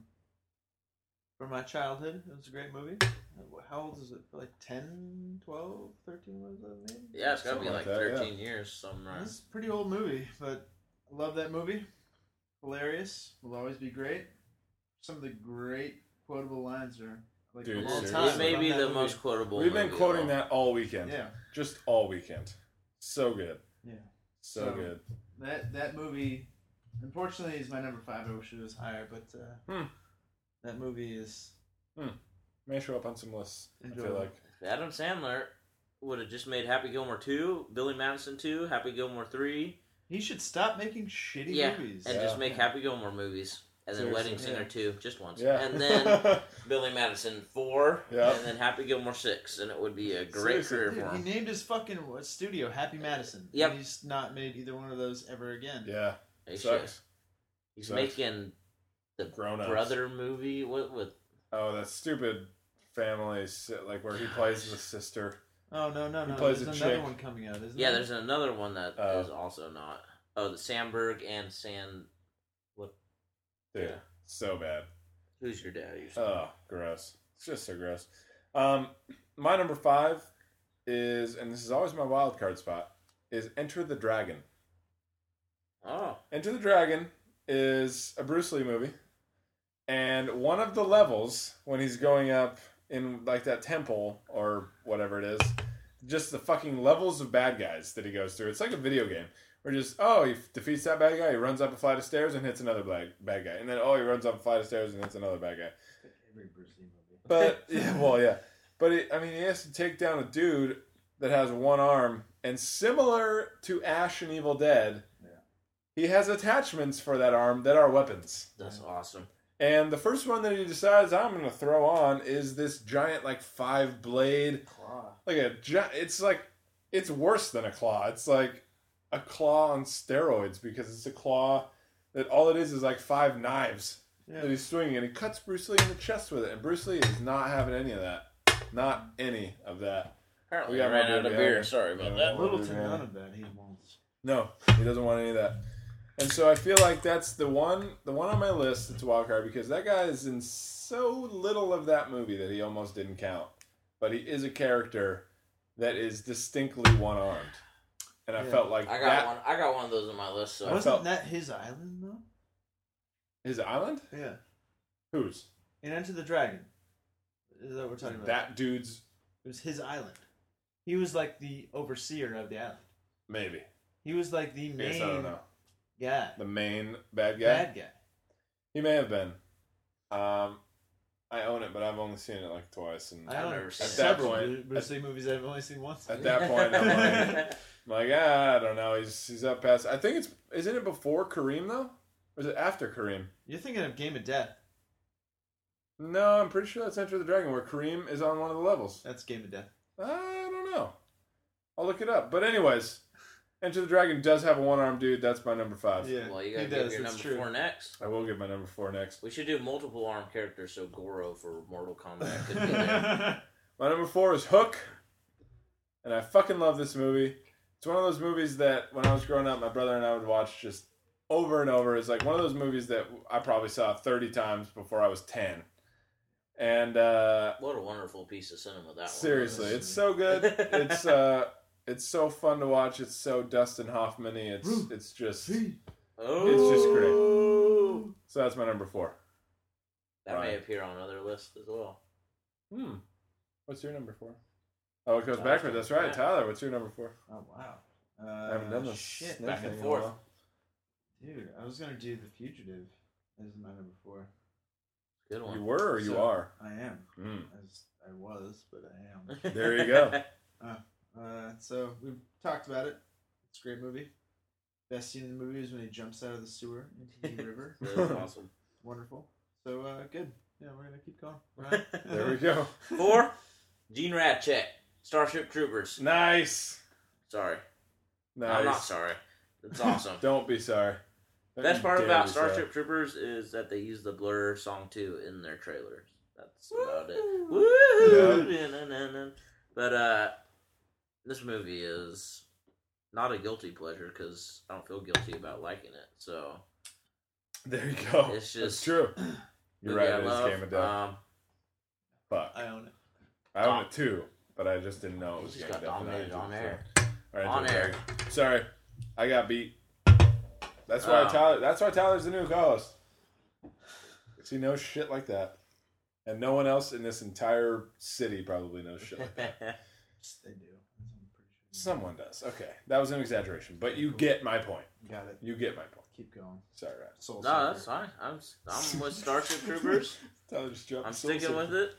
S3: from my childhood, it was a great movie. How old is it? Like 10, 12, 13 was that maybe?
S2: Yeah, it's gotta be
S1: Something
S2: like
S1: like that,
S2: 13 years, something around.
S3: It's a pretty old movie, but I love that movie. Hilarious. Will always be great. Some of the great quotable lines are like
S1: Dude,
S3: a long
S1: seriously?
S3: time.
S2: It may
S3: from
S2: be
S3: that
S2: the
S3: movie.
S2: most quotable.
S1: We've been
S2: movie
S1: quoting
S2: at all.
S1: that all weekend.
S3: Yeah,
S1: Just all weekend. So good.
S3: yeah.
S1: So,
S3: So-
S1: good.
S3: That that movie, unfortunately, is my number five. I wish it was higher, but uh,
S1: Hmm.
S3: that movie is
S1: May show up on some lists. I feel
S3: Enjoyable.
S1: like.
S2: If Adam Sandler would have just made Happy Gilmore 2, Billy Madison 2, Happy Gilmore 3.
S3: he should stop making shitty
S2: yeah.
S3: movies.
S2: And
S1: Yeah.
S2: just make Happy Gilmore movies. And then
S1: Seriously.
S2: Wedding Singer
S3: Yeah.
S2: 2, just once.
S1: Yeah.
S2: And
S1: *laughs*
S2: then Billy Madison 4.
S1: Yeah.
S2: And then Happy Gilmore 6. And it would be a great
S1: Seriously,
S2: career
S3: Dude,
S2: for
S3: he
S2: him.
S3: named his fucking what, studio Happy Madison. and
S2: Uh, Yep.
S3: He's not made either one of those ever again.
S1: yeah.
S2: He should.
S1: Sucks.
S2: He's
S1: Sucks.
S2: making the
S1: Grown ups.
S2: Brother movie. What with.
S1: Oh, that stupid family, si- like where he plays the sister.
S3: Oh no no
S1: He
S3: no!
S1: plays
S3: There's
S1: a
S3: another
S1: chick.
S3: one coming out, isn't
S1: Mm-hmm.
S2: Yeah,
S3: there?
S2: there's another one that is
S1: Uh,
S2: also not. Oh, the Sandberg and Sand.
S1: Dude,
S2: Yeah.
S1: so bad.
S2: Who's your dad? Or something.
S1: Oh, gross. It's just so gross. Um, my number five is, and this is always my wild card spot, is Enter the Dragon.
S2: Oh,
S1: Enter the Dragon is a Bruce Lee movie, and one of the levels when he's going up in like that temple or whatever it is, just the fucking levels of bad guys that he goes through. It's like a video game where just oh he defeats that bad guy, he runs up a flight of stairs and hits another bad bad guy, and then oh he runs up a flight of stairs and hits another bad guy.
S3: Every Bruce Lee movie.
S1: *laughs*
S3: *laughs*
S1: But yeah, well, yeah. But it, I mean, he has to take down a dude that has one arm, and similar to Ash and Evil Dead,
S3: Yeah.
S1: he has attachments for that arm that are weapons.
S2: that's awesome.
S1: And the first one that he decides I'm going to throw on is this giant, like five blade,
S3: Claw.
S1: like a. gi- It's like it's worse than a claw. It's like a claw on steroids because it's a claw that all it is is like five knives
S3: Yeah.
S1: that he's swinging and he cuts Bruce Lee in the chest with it, and Bruce Lee is not having any of that. Not any of that.
S2: Apparently,
S1: We got
S2: I ran
S1: Robert
S2: out of
S1: Downey.
S2: beer. Sorry about
S1: Yeah.
S2: that.
S3: Little
S1: Dude,
S3: to
S1: man.
S3: none of that he wants.
S1: No, he doesn't want any of that. And so I feel like that's the one, the one on my list that's a wild card because that guy is in so little of that movie that he almost didn't count. But he is a character that is distinctly one armed, and I
S3: Yeah.
S1: felt like
S2: I got
S1: that
S2: one. I got one of those on my list. So
S1: What?
S3: Wasn't
S1: felt-
S3: that his island though?
S1: his island.
S3: Yeah.
S1: Whose
S3: In Enter the Dragon. Is that what we're talking about?
S1: that dude's
S3: It was his island. He was like the overseer of the island.
S1: maybe?
S3: He was like the main
S1: I guess I don't know.
S3: guy.
S1: the main bad guy.
S3: Bad guy.
S1: He may have been. Um, I own it, but I've only seen it like twice, and
S3: I don't
S2: never
S3: know.
S2: seen
S1: it.
S3: several
S1: At that
S3: Bruce- Bruce Lee movies I've only seen once.
S1: at that
S2: *laughs*
S1: point, I'm like, I'm like, ah, I don't know. He's he's up past. I think it's isn't it before Kareem though, or is it after Kareem?
S3: You're thinking of Game of Death.
S1: No, I'm pretty sure that's Enter the Dragon, where Kareem is on one of the levels.
S3: That's Game of Death.
S1: I don't know. I'll look it up. But anyways, Enter the Dragon does have a one-armed dude. That's my number five.
S3: Yeah.
S2: well, you
S3: he
S2: gotta give
S3: does.
S2: your
S3: That's
S2: number
S3: true.
S2: four next.
S1: I will give my number four next.
S2: We should do multiple arm characters so Goro for Mortal
S3: *laughs*
S2: Kombat could
S1: *laughs*
S2: be there.
S1: My number four is Hook, and I fucking love this movie. It's one of those movies that when I was growing up, my brother and I would watch just over and over. It's like one of those movies that I probably saw 30 times before I was 10. And uh,
S2: what a wonderful piece of cinema that
S1: seriously,
S2: one was.
S1: it's so good.
S2: *laughs*
S1: It's uh, it's so fun to watch. It's so Dustin Hoffman-y. It's
S3: Ruth.
S1: it's just
S2: oh,
S1: it's just great.
S3: Ooh.
S1: So that's my number four.
S2: That may
S1: Right.
S2: appear on other lists as well.
S1: Hmm. What's your number four? Oh, it goes
S2: Tyler's
S1: backwards. That's right,
S2: back.
S1: Tyler. What's your number four?
S3: Oh wow. Uh,
S1: I haven't done this.
S3: Shit,
S1: sniffing
S2: back and
S1: in a
S2: forth.
S1: while.
S3: dude. I was gonna do The Fugitive as my number four.
S2: Good one.
S1: You were or you
S3: So-
S1: are?
S3: I am.
S1: Mm.
S3: As I was, but I am.
S1: *laughs*
S2: *laughs*
S1: There you go.
S3: Uh, so we've talked about it. It's a great movie. Best scene in the movie is when he jumps out of the sewer
S1: *laughs*
S3: into the river.
S2: That was awesome.
S3: Wonderful. So uh, good. Yeah, we're gonna keep going.
S1: *laughs* There we go.
S2: Four, Gene Ratchet, Starship Troopers.
S1: Nice.
S2: Sorry,
S1: Nice.
S2: I'm not sorry. It's awesome.
S1: Don't be sorry. Don't
S2: Best
S1: you
S2: part
S1: dare
S2: about
S1: be sorry.
S2: Starship Troopers is that they use the Blur song too in their trailers. That's about it. Woo! Na-na-na-na. But uh, this movie is not a guilty pleasure because I don't feel guilty about liking it. So
S1: There you go. That's
S2: It's just-
S1: true. You're
S2: movie
S1: right.
S2: I
S1: It is
S2: love.
S1: Game of Death.
S2: Um,
S1: Fuck.
S3: I own it.
S1: I own it too, but I just didn't know Oh, it
S2: You
S1: was
S2: just
S1: Game of Death.
S2: got
S1: and I
S2: dominated
S1: didn't do
S2: on
S1: it,
S2: air.
S1: so- All right,
S2: On
S1: don't
S2: *laughs* air.
S1: worry. Sorry, I got beat. That's why
S2: Oh.
S1: Tyler. That's why Tyler's the new co-host. He knows shit like that, and no one else in this entire city probably knows shit like
S2: *laughs*
S1: that.
S3: Yes, They do. I'm pretty sure.
S1: Someone does. Okay, that was an exaggeration, but you get my point.
S3: Got it.
S1: You get my point.
S3: Keep going.
S1: Sorry, Ryan.
S3: Soul
S2: no, that's
S3: Sucker.
S2: fine.
S1: *laughs*
S2: I'm I'm with Starship Troopers.
S1: Tyler just jumped.
S2: I'm
S1: Soul
S2: sticking
S1: Surfer.
S2: with it.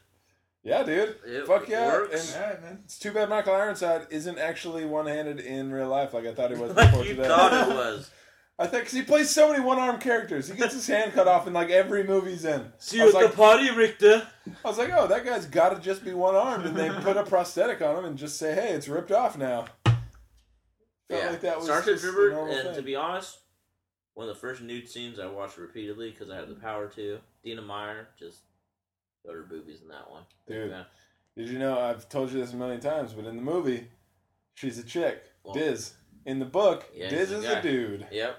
S1: Yeah, dude.
S2: It
S1: Fuck yeah.
S2: works.
S1: And
S3: All right, man.
S1: it's too bad Michael Ironside isn't actually one-handed in real life like I thought he
S2: *laughs*
S1: was before
S2: Like you
S1: today. *laughs*
S2: thought it was.
S1: I think because he plays so many one-armed characters. He gets his hand cut off in like every movie he's in. I was like,
S2: party, Richter.
S1: I was like, oh, that guy's got to just be one-armed, and they put a prosthetic on him and just say, hey, it's ripped off now. Felt
S2: Yeah,
S1: like that was
S2: Starship
S1: just a
S2: Trooper,
S1: normal
S2: and
S1: thing.
S2: to be honest, one of the first nude scenes I watched repeatedly because I had the power to. Dina Meyer just got her boobies in that one.
S1: Dude.
S2: Yeah.
S1: Did you know? I've told you this a million times, but in the movie, she's a chick.
S2: Well-
S1: Diz. In the book,
S2: Yeah,
S1: Diz
S2: he's a
S1: is
S2: guy.
S1: a dude.
S2: Yep.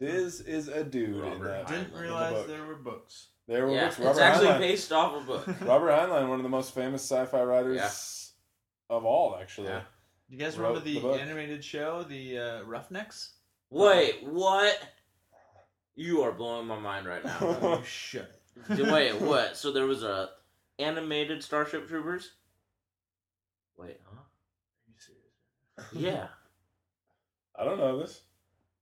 S1: Diz is a dude. In
S2: Robert
S1: that.
S2: Heinlein.
S3: Didn't
S2: the
S3: realize
S1: book.
S3: there were books. *laughs*
S1: There were
S2: yeah.
S1: books.
S2: It's
S1: Robert
S2: actually
S1: Heinlein.
S2: based off a book.
S1: *laughs* Robert Heinlein, one of the most famous sci-fi writers of all, actually.
S2: Yeah.
S3: You guys
S1: Wrote
S3: remember the,
S1: the book.
S3: animated show, the uh, Roughnecks?
S2: Wait, what? You are blowing my mind
S1: *laughs*
S2: right now.
S3: Oh, shut it.
S2: Wait, what? So there was a animated Starship Troopers? Wait, huh?
S1: *laughs*
S2: Yeah.
S1: I don't know this.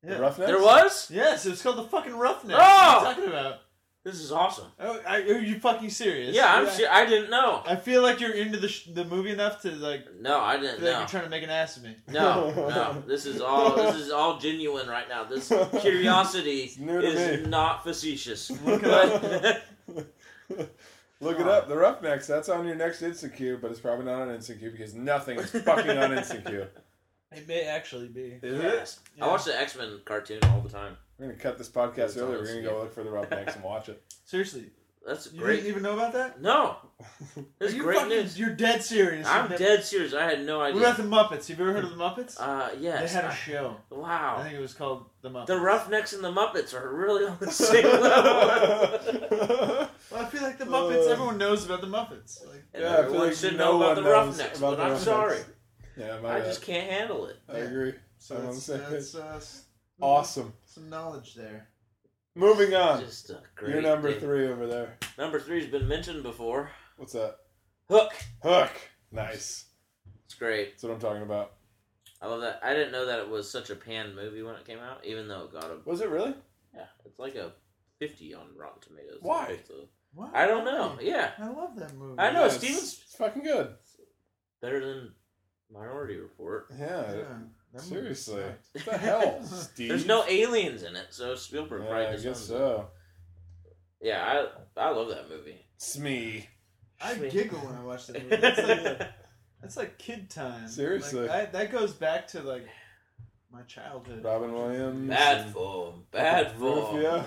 S3: Yeah.
S1: The Roughnecks.
S2: There was?
S3: Yes, it was called the fucking Roughnecks.
S2: Oh!
S3: What are you talking about?
S2: This is awesome.
S3: Oh, I, are you fucking serious?
S2: Yeah, I'm ser- I didn't know.
S3: I feel like you're into the, sh- the movie enough to like
S2: No, I didn't
S3: feel like
S2: know.
S3: you're trying to make an ass of me.
S2: No,
S1: *laughs*
S2: no. This is all this is all genuine right now. This curiosity
S1: It's new to
S2: is
S1: me.
S2: not facetious.
S1: *laughs* Look
S3: it
S1: up.
S2: But-
S1: Look it up. The Roughnecks. That's on your next InstaQ, but it's probably not on InstaQ because nothing
S2: *laughs*
S1: is fucking on InstaQ.
S3: It may actually be.
S1: Is it?
S2: Yes. *laughs* I watch the X Men cartoon all the time.
S1: We're gonna cut this podcast
S2: It's
S1: early.
S2: on
S1: We're gonna go look for the Roughnecks and watch it.
S3: Seriously,
S2: That's
S3: you
S2: great.
S3: didn't even know about
S1: *laughs*
S3: that?
S2: No, that's
S3: Are you
S2: great
S3: fucking-
S2: news.
S3: You're dead serious.
S2: I'm
S3: You've never-
S2: dead serious. I had no
S3: What about
S2: idea.
S3: the Muppets? Have you ever heard of the Muppets?
S2: Uh,
S3: they
S2: yes.
S3: had a
S2: I-
S3: show. I
S2: wow.
S3: think it was called the Muppets.
S2: The Roughnecks and the Muppets are really
S1: *laughs*
S2: on the *laughs* same level.
S3: Well, I feel like the Muppets.
S1: Uh.
S3: everyone knows about the Muppets. Like,
S2: And
S1: Yeah, I feel
S2: everyone
S1: like
S2: should
S1: no
S2: know about
S1: one
S2: the
S1: knows
S2: Roughnecks,
S1: about
S2: but
S1: the
S2: I'm
S1: Roughnecks. uh,
S2: sorry.
S1: *laughs* yeah, my
S2: I
S1: bad.
S2: just can't handle it.
S1: I agree.
S3: so
S1: I'm on the
S3: that's,
S1: same
S3: that's
S1: page.
S3: uh, s-
S1: Awesome.
S3: Some knowledge there.
S1: Moving on.
S2: Just a great
S1: You're number
S2: day.
S1: three over there.
S2: Number three's been mentioned before.
S1: What's that?
S2: Hook.
S1: Hook. Nice.
S2: It's great.
S1: That's what I'm talking about.
S2: I love that. I didn't know that it was such a panned movie when it came out, even though it got a
S1: Was it really?
S2: yeah, it's like a fifty on Rotten Tomatoes.
S1: Why?
S2: So-
S3: What?
S2: I don't know. Yeah,
S3: I love that movie.
S2: I know
S1: it's-
S2: Steven's
S1: It's fucking good.
S2: better than Minority Report.
S1: Yeah.
S3: Yeah, that movie
S1: Seriously.
S3: sucked.
S1: What the *laughs* hell, Steve?
S2: There's no aliens in it, so Spielberg
S1: Yeah,
S2: probably
S1: I
S2: just
S1: guess
S2: owns it.
S1: so.
S2: Yeah, I I love that
S1: *laughs*
S2: movie.
S1: It's me.
S3: I
S2: Sweet.
S3: giggle when I watch that movie. That's
S1: *laughs*
S3: like, that's like kid time.
S1: Seriously.
S3: Like, I, that goes back to like my childhood.
S1: Robin Williams.
S2: *laughs* bad
S1: and
S2: form, bad form.
S1: Rufio.
S3: Yeah.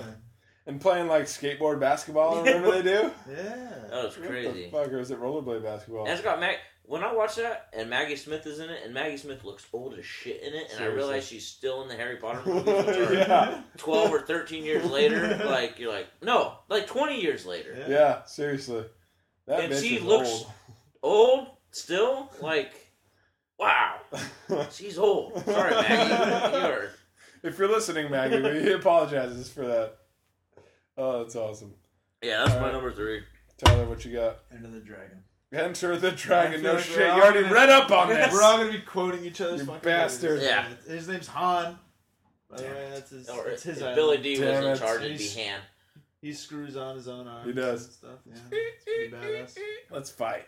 S1: And playing like skateboard basketball or whatever they
S2: *laughs*
S1: do.
S3: Yeah.
S2: That was crazy.
S1: What the fuck? Or is it rollerblade basketball?
S2: And it's got Mag. When I watch that, and Maggie Smith is in it, and Maggie Smith looks old as shit in it, and I
S1: Seriously.
S2: realize she's still in the
S1: *laughs*
S2: Harry Potter movies, which are
S1: Yeah.
S2: twelve or thirteen years
S1: *laughs*
S2: later. Like you're like, no, like twenty years later,
S3: Yeah.
S1: Yeah, seriously. That
S2: And
S1: bitch
S2: she
S1: is
S2: looks-
S1: old.
S2: old still, like,
S1: *laughs*
S2: wow, she's old. Sorry, Maggie, you are
S1: if you're listening, Maggie, we- *laughs* he apologizes for that. Oh, that's awesome.
S2: Yeah, that's my
S1: Alright.
S2: number three.
S1: Tyler, what you got?
S3: Enter the Dragon.
S1: Enter the Dragon.
S3: I
S1: No
S3: feel like
S1: shit.
S3: we're
S1: You
S3: all
S1: already
S3: gonna-
S1: read up on this.
S3: We're all gonna be quoting each other's
S1: You
S3: fucking
S1: bastard.
S3: names.
S2: Yeah.
S3: His name's Han. By the
S1: Damn
S3: way, that's his.
S2: Or
S3: that's his
S2: if
S3: island.
S2: Billy D was
S1: Damn
S2: in
S1: it.
S2: charge, it'd be
S3: He's-
S2: Han.
S3: He screws on his own arms.
S1: He does.
S3: And stuff. Yeah. It's
S1: *laughs*
S3: pretty badass. So
S1: Let's fight.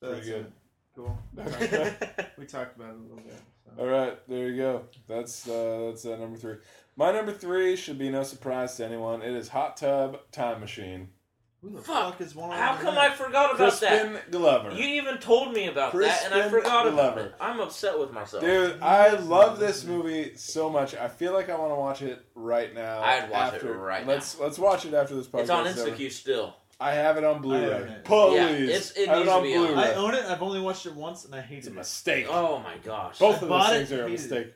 S3: that's
S1: good.
S3: it.
S1: *laughs*
S3: Cool.
S1: Okay.
S3: We talked about it a little bit. So.
S1: All right, there you go. That's uh, that's uh, number three. My number three should be no surprise to anyone. It is Hot Tub Time Machine.
S3: Who the
S2: Fuck.
S3: fuck, is one?
S2: How
S3: on
S2: come
S3: that?
S2: I forgot about
S1: Crispin Glover.
S2: that? You even told me about that, and I
S1: Crispin
S2: forgot about
S1: Glover.
S2: it. I'm upset with myself.
S1: Dude, I love this movie so much. I feel like I want to watch it right now.
S2: I'd watch it
S1: after.
S2: right now.
S1: Let's let's watch it after this podcast.
S2: it's on
S1: is over.
S2: InstaQ still.
S1: I have it on
S3: I
S1: Blu-ray.
S3: own it.
S1: Please,
S2: Yeah, it's- it
S1: I have
S2: needs
S1: it
S2: to
S1: on
S2: be on.
S1: Blu-ray.
S3: I own it. I've only watched it once, and I hate
S1: it's a
S3: it.
S1: mistake.
S2: Oh my gosh.
S1: Both of those
S3: bought it,
S1: things are a
S3: hated it.
S1: mistake.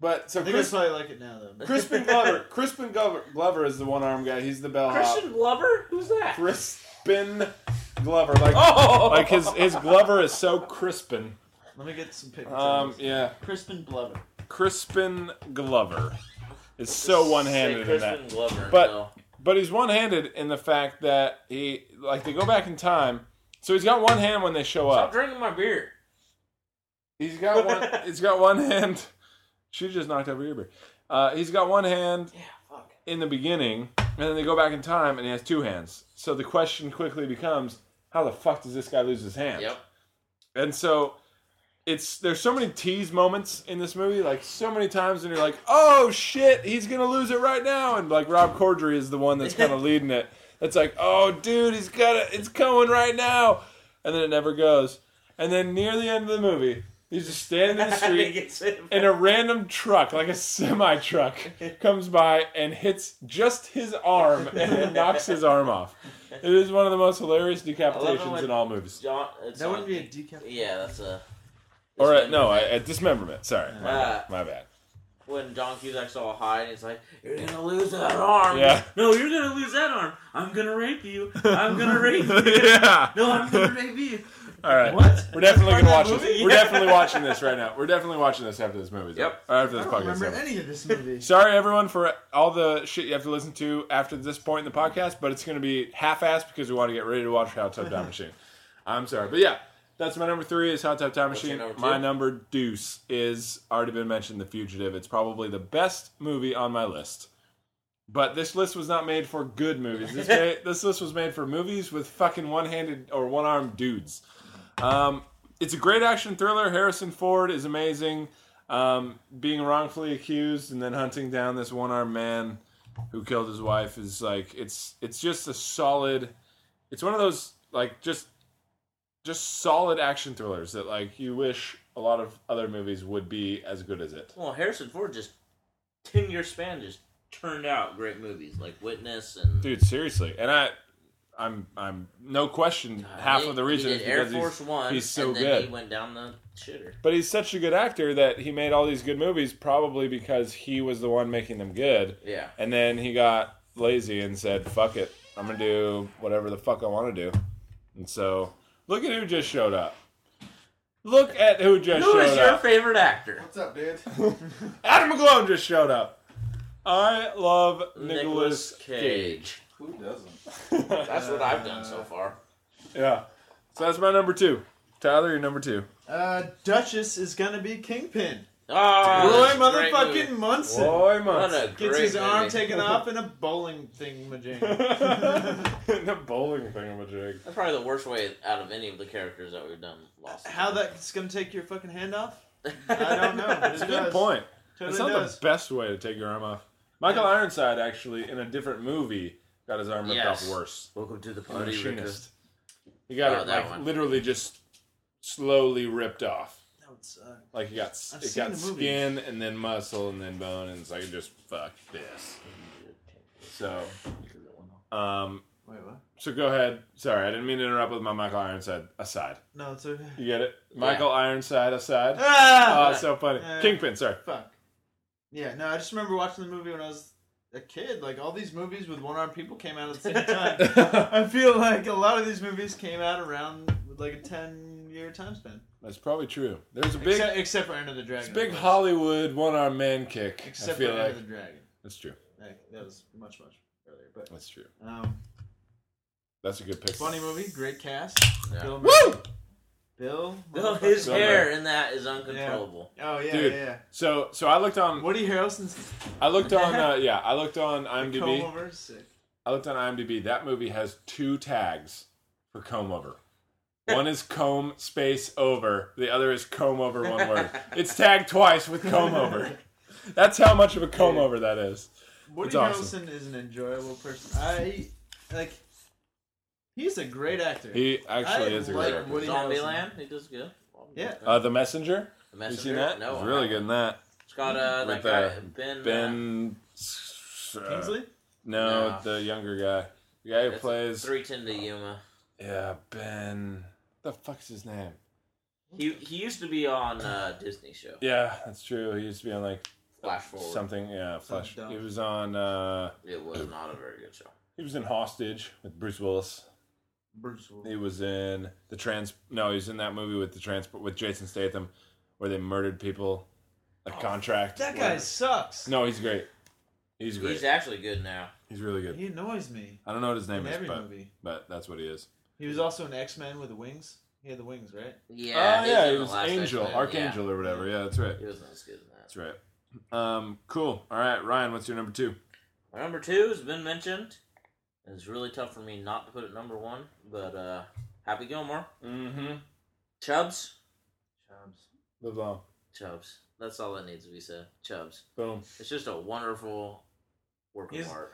S1: But so
S3: I think
S1: Chris,
S3: I probably like it now though.
S1: Crispin Glover, Crispin Glover, Glover is the one-armed guy. He's the bellhop.
S2: Christian Glover? Who's that?
S1: Crispin Glover, like
S2: *laughs* oh,
S1: like his his Glover is so Crispin.
S3: Let me get some pictures.
S1: Um, yeah,
S3: Crispin Glover.
S1: Crispin Glover is so one-handed
S2: Say
S1: in that.
S2: Crispin Glover.
S1: But-
S2: no.
S1: But he's one-handed in the fact that he like they go back in time. So he's got one hand when they show
S2: stop
S1: up.
S2: drinking my beer.
S1: He's got one. he's got one hand. She just knocked over your beer. Uh, he's got one hand
S2: Yeah, fuck.
S1: in the beginning, and then they go back in time, and he has two hands. So the question quickly becomes, how the fuck does this guy lose his hand? *laughs*
S2: Yep.
S1: And so it's there's so many tease moments in this movie, like so many times, and you're like, oh shit, he's gonna lose it right now, and like Rob Corddry is the one that's kind of leading it. It's like, oh dude, he's got it, it's coming right now, and then it never goes. And then near the end of the movie, he's just standing
S2: *laughs*
S1: in the street. And a random truck, like a semi
S3: *laughs*
S1: truck, comes by and hits just his arm and then knocks his arm off. It is one of the most hilarious decapitations
S2: when-
S1: in all movies.
S2: John, it's
S3: That
S2: on-
S3: wouldn't be a decaf.
S2: Yeah, that's a.
S1: All right,
S2: Dismemberment.
S1: uh, no, I, at dismemberment. Sorry, my,
S2: Uh,
S1: bad, my
S3: *laughs*
S1: bad.
S2: when John Cusack saw high and he's like, "You're gonna lose that arm."
S1: Yeah.
S2: No, you're gonna lose that arm. I'm gonna rape you. I'm
S1: *laughs*
S2: gonna rape you.
S1: yeah.
S2: No, I'm gonna *laughs* rape you.
S1: All right.
S3: What?
S1: We're definitely
S3: Part
S1: gonna
S3: of
S1: watch
S3: that
S1: this.
S2: movie?
S1: We're definitely
S3: *laughs*
S1: watching this right now. We're definitely watching this after this movie's
S2: Yep.
S1: over. Or after
S3: I
S1: this
S3: don't
S1: podcast.
S3: remember
S1: over.
S3: any of this
S1: *laughs*
S3: movie.
S1: Sorry everyone for all the shit you have to listen to after this point in the podcast, but it's gonna be half-assed because we want to get ready to watch How Tub Time Machine. I'm sorry, but yeah. That's my number three is Hot Tub Time
S2: What's your
S1: Machine.
S2: number
S1: my
S2: two?
S1: number deuce is already been mentioned, The Fugitive. It's probably the best movie on my list. But this list was not made for good movies.
S2: *laughs*
S1: This, ma- this list was made for movies with fucking one-handed or one-armed dudes. Um, it's a great action thriller. Harrison Ford is amazing. Um, being wrongfully accused and then hunting down this one-armed man who killed his wife is like it's it's just a solid. It's one of those like just just solid action thrillers that like you wish a lot of other movies would be as good as it.
S2: Well, Harrison Ford just ten year span just turned out great movies like Witness and
S1: Dude, seriously, and I, I'm, I'm no question. half
S2: He-
S1: of the reason
S2: he
S1: is
S2: did
S1: because
S2: Air Force
S1: he's,
S2: One.
S1: he's so
S2: and then
S1: good.
S2: He went down the shitter.
S1: But he's such a good actor that he made all these good movies probably because he was the one making them good.
S2: Yeah.
S1: And then he got lazy and said, "Fuck it, I'm gonna do whatever the fuck I want to do." And so, look at who just showed up. Look at who just
S2: Who
S1: showed
S2: is your
S1: up.
S2: favorite actor?
S6: What's up, dude?
S1: Adam McGlone just showed up. I love
S2: Nicholas
S1: Nicholas Cage.
S6: Who doesn't?
S1: *laughs*
S2: That's what I've done so far.
S1: Yeah. So that's my number two. Tyler, you're number two.
S3: Uh, Duchess is gonna be Kingpin.
S2: Ah,
S3: Roy
S2: that's a great
S3: motherfucking
S2: movie.
S3: Munson
S1: Roy
S2: What a *laughs*
S1: Munson.
S3: gets
S2: great
S3: his arm
S2: movie.
S3: taken off in a bowling thing, majang.
S1: *laughs* the bowling thing of a jig.
S2: That's probably the worst way out of any of the characters that we've done. Lost.
S3: How that's gonna take your fucking hand off? I don't know. But
S1: It's a
S3: it
S1: good
S3: does.
S1: point.
S3: Totally
S1: It's not
S3: does.
S1: the best way to take your arm off. Michael
S3: Yeah.
S1: Ironside actually in a different movie got his arm ripped
S2: Yes.
S1: off worse.
S2: *laughs* Welcome to the
S1: The machinist. He
S2: Oh,
S1: got it
S2: that
S1: like
S2: one.
S1: literally just slowly ripped off.
S3: That would suck.
S1: Like it got s
S3: I've
S1: it
S3: seen
S1: got
S3: the movie.
S1: skin and then muscle and then bone and it's like just fuck this. So um
S3: Wait, what?
S1: so go ahead. Sorry, I didn't mean to interrupt with my Michael Ironside aside.
S3: No, it's okay.
S1: You get it? Michael Ironside
S3: *laughs*
S1: aside. *laughs*
S3: Ah!
S1: Oh, so funny.
S3: Yeah.
S1: Kingpin,
S3: *laughs*
S1: sorry.
S3: Fuck. Yeah, no, I just remember watching the movie when I was a kid. Like, all these movies with one armed people came out
S1: *laughs*
S3: at the same time. I feel like a lot of these movies came out around with like a 10 year time span.
S1: That's probably true. There's a big
S3: except, except for End of the Dragon.
S1: it's a big
S3: of course.
S1: Hollywood one arm man kick.
S3: Except
S1: I
S3: for
S1: feel
S3: End
S1: like
S3: of the Dragon.
S1: that's true.
S3: Like, that was much, much earlier. But,
S1: That's true.
S3: um,
S1: That's a good pick.
S3: funny movie, great cast.
S2: Yeah.
S3: Bill Murray.
S1: Woo!
S3: Bill.
S2: Well, his
S1: Somewhere.
S2: hair in that is uncontrollable.
S3: Oh, yeah,
S1: Dude.
S3: yeah,
S1: So so I looked
S3: yeah.
S1: on
S3: Woody Harrelson's
S1: I looked on uh, yeah, I looked on IMDb.
S3: comb over. is Sick.
S1: I looked on IMDb. That movie has two tags for comb over. One is comb space over. The other is comb over
S2: *laughs*
S1: one word. It's tagged twice with comb
S3: *laughs*
S1: over. That's how much of a comb over that is.
S3: Woody
S1: It's awesome.
S3: Harrelson is an enjoyable person. I like. He's a great actor.
S1: He actually
S3: I
S1: is a
S3: like
S1: great actor.
S3: Woody
S2: Zombieland, he does good.
S3: Yeah.
S1: Uh, the messenger.
S2: The
S1: Have you
S2: Messenger?
S1: seen that?
S2: No,
S1: it's
S2: I
S1: really
S2: haven't.
S1: good in that.
S2: It's got uh,
S1: With,
S2: that guy
S1: uh,
S2: Ben. uh,
S1: Ben S- uh,
S3: Kingsley.
S1: No,
S2: No.
S1: the younger guy. The guy who
S2: it's
S1: plays.
S2: three ten to Yuma.
S1: Yeah, Ben. The fuck's his name?
S2: He he used to be on uh, Disney show
S1: Yeah, that's true. He used to be on like
S2: Flash Forward.
S1: something. Yeah, Flash.
S3: dumb.
S1: He was on. uh
S2: It was not a very good show.
S1: He was in Hostage with Bruce Willis.
S3: Bruce Willis.
S1: He was in the trans. No, he was in that movie with the transport with Jason Statham, where they murdered people. A contract.
S3: That guy sucks.
S1: No, he's great. He's great.
S2: He's actually good now.
S1: He's really good.
S3: He annoys me
S1: I don't know what his name
S3: in
S1: is,
S3: every
S1: but,
S3: movie.
S1: but that's what he is.
S3: He was also an X Men with the wings. He had the wings, right?
S2: Yeah.
S1: oh
S2: he's
S1: yeah,
S2: in
S1: he
S2: the
S1: was
S2: last
S1: Angel,
S2: X-Men,
S1: Archangel, or whatever. Yeah, that's right.
S2: Yeah. He wasn't as good in that.
S1: That's right. Um, cool. All right, Ryan, what's your number two?
S2: My number two has been mentioned. It's really tough for me not to put it number one, but uh, Happy Gilmore,
S1: Mm-hmm.
S2: Chubbs,
S3: Charms.
S1: Live long.
S2: Chubbs. That's all that needs to be said. Chubbs.
S1: Boom.
S2: It's just a wonderful work of
S3: He's-
S2: art.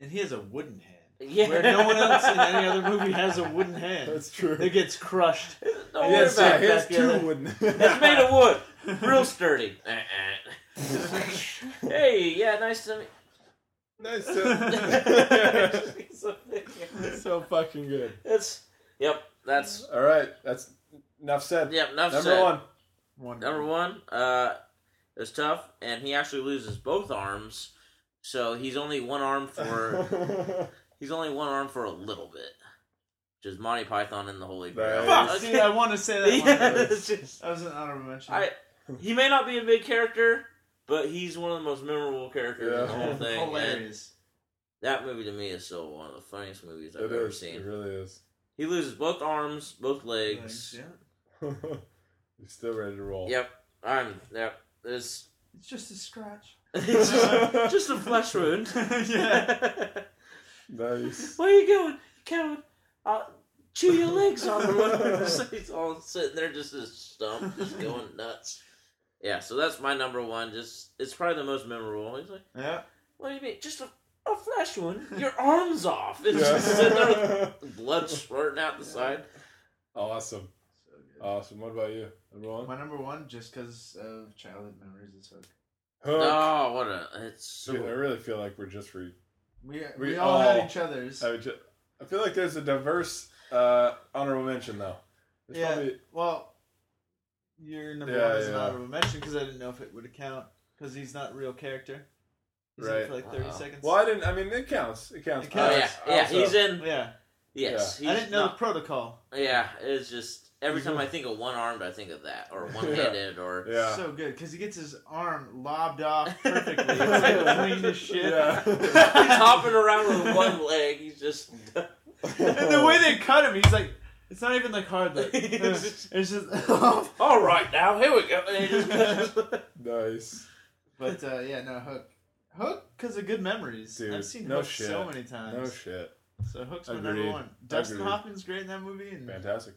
S3: And he has a wooden hand.
S2: Yeah.
S3: Where no one else in any other movie has a wooden hand.
S1: true.
S3: It gets crushed.
S2: *laughs* Don't
S3: Yes,
S2: worry
S3: yeah,
S2: about
S3: he
S2: it.
S3: has two
S1: wooden.
S2: *laughs* It's made of wood.
S3: *laughs*
S2: Real sturdy. Uh-uh. hey, yeah, nice to meet
S3: *laughs*
S2: *laughs*
S1: nice. *laughs*
S2: it's
S1: so fucking good.
S2: yep. That's
S1: All right, that's enough said.
S2: yep. Enough
S1: Number
S2: said.
S1: one.
S3: Wonderful.
S2: Number one. Uh, it was tough, and he actually loses both arms, so he's only one
S1: *laughs*
S2: arm *laughs* for he's only one arm for a little bit, which is Monty Python and the Holy Grail.
S1: Fuck!
S3: Fuck. See, I want to say that.
S2: Yeah,
S3: one.
S2: it's just-
S3: That was an honorable
S2: *laughs*
S3: mention.
S2: I he may not be a big character, but he's one of the most memorable characters in the
S1: Yeah.
S2: whole thing. and-
S3: Hilarious.
S2: That movie to me is still one of the funniest movies I've
S1: It
S2: ever
S1: is. It
S2: seen.
S1: really *laughs* is.
S2: He loses both arms, both legs.
S3: Legs, yeah.
S1: He's still ready to roll.
S2: Yep, I'm. Yep, this.
S3: It's just a scratch.
S2: It's just, *laughs* just a flesh wound. *laughs*
S3: *laughs* Yeah.
S1: Nice.
S2: Where you going, coward? I'll chew your legs off or whatever. *laughs* So he's all sitting there, just his stump, just going nuts. Yeah, so that's my number one. Just it's probably the most memorable. He's like,
S3: Yeah.
S2: "What do you mean? Just a, a flesh wound? Your arms off?" It's *laughs* just sitting there, with blood spurting out the side.
S1: *laughs* awesome. Awesome. What about you? Number one.
S3: My number one, just because of childhood memories, is Hook.
S1: Hook.
S2: Oh, what a! It's so
S1: Dude, I really feel like we're just re. oh. Uh,
S3: We, we,
S1: We
S3: all,
S1: all-
S3: had each other's.
S1: I, would ju- I feel like there's a diverse uh, honorable mention though. There's
S3: Yeah.
S1: probably-
S3: well, your number
S1: Yeah,
S3: one is an
S1: yeah.
S3: honorable mention because I didn't know if it would count because he's not a real character. He's in
S1: Right.
S3: for like 30
S2: Uh-oh.
S3: seconds.
S1: well, I didn't. I mean, it counts. It counts.
S3: It
S2: Oh, yeah,
S3: counts.
S1: I
S2: yeah.
S1: also-
S2: He's in.
S3: Yeah.
S2: Yes,
S3: I
S2: he's
S3: didn't know the
S2: not-
S3: protocol.
S2: yeah, it's just every
S1: He's
S2: time
S1: in-
S2: I think of one armed, I think of that or one handed or *laughs*
S1: Yeah.
S3: So good because he gets his arm lobbed *laughs* off perfectly. it's like clean as shit. *laughs*
S1: Yeah.
S2: he's hopping around with one leg. He's just
S3: And the way they cut him, he's like, It's not even like hard. Like,
S2: It's
S3: *laughs* it's
S2: just-
S3: just. *laughs* oh,
S2: All right, now here
S1: *laughs*
S2: we go. *laughs* And it just-
S1: *laughs* Nice.
S3: but uh, yeah, no Hook. Hook because of good memories.
S1: Dude,
S3: I've seen
S1: no
S3: Hook
S1: shit.
S3: so many times.
S1: No shit.
S3: so Hook's my number
S1: Agreed.
S3: one. Dustin
S1: Agreed.
S3: Hoffman's great in that movie, and
S1: Fantastic.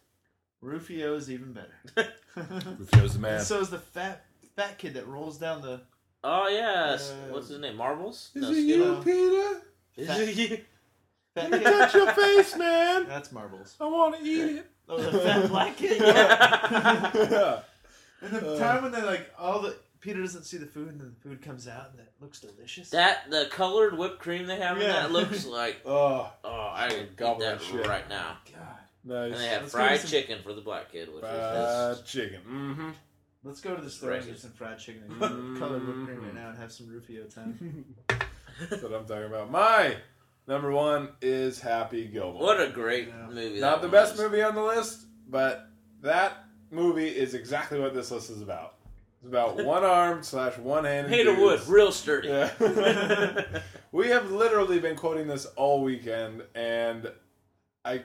S3: Rufio's
S1: *laughs*
S3: even better. and
S1: Rufio's the man.
S3: so is the fat fat kid that rolls down the.
S2: oh yes,
S3: Uh,
S2: what's his name? Marbles?
S1: Is
S2: No,
S1: it
S2: Skittles.
S1: you,
S3: Skittle.
S1: Peter?
S2: Is it you?
S1: Let
S3: Fat
S1: me touch
S3: kid.
S1: your face, man.
S3: That's marbles.
S1: I want to eat it.
S3: That was
S1: *laughs*
S3: a fat black
S2: *laughs*
S3: kid.
S2: Yeah.
S1: Yeah.
S3: And the
S1: Uh.
S3: time when they like all the Peter doesn't see the food and then the food comes out and it looks delicious.
S2: That the colored whipped cream they have in
S3: Yeah.
S1: *laughs*
S2: that looks like
S1: *laughs* Oh,
S2: oh I could eat
S1: Gobble
S2: that
S1: that shit.
S2: right now.
S3: God.
S1: nice.
S2: And they have
S3: Let's go to
S2: fried
S3: some-
S2: chicken for the black kid, which
S1: Fried
S2: is just,
S1: chicken. Mm-hmm.
S3: Let's go to the store and get some fried chicken and colored whipped cream right now and have some Rufio time.
S1: That's what I'm talking about. My number one is Happy Gilmore.
S2: what a great
S3: Yeah.
S2: movie.
S1: Not
S2: that
S1: the
S2: one
S1: best
S2: is.
S1: movie on the list, but that movie is exactly what this list is about. It's
S2: *laughs*
S1: about one armed slash one handed.
S2: Peter Wood, real sturdy. *laughs*
S1: Yeah. we have literally been quoting this all weekend, and I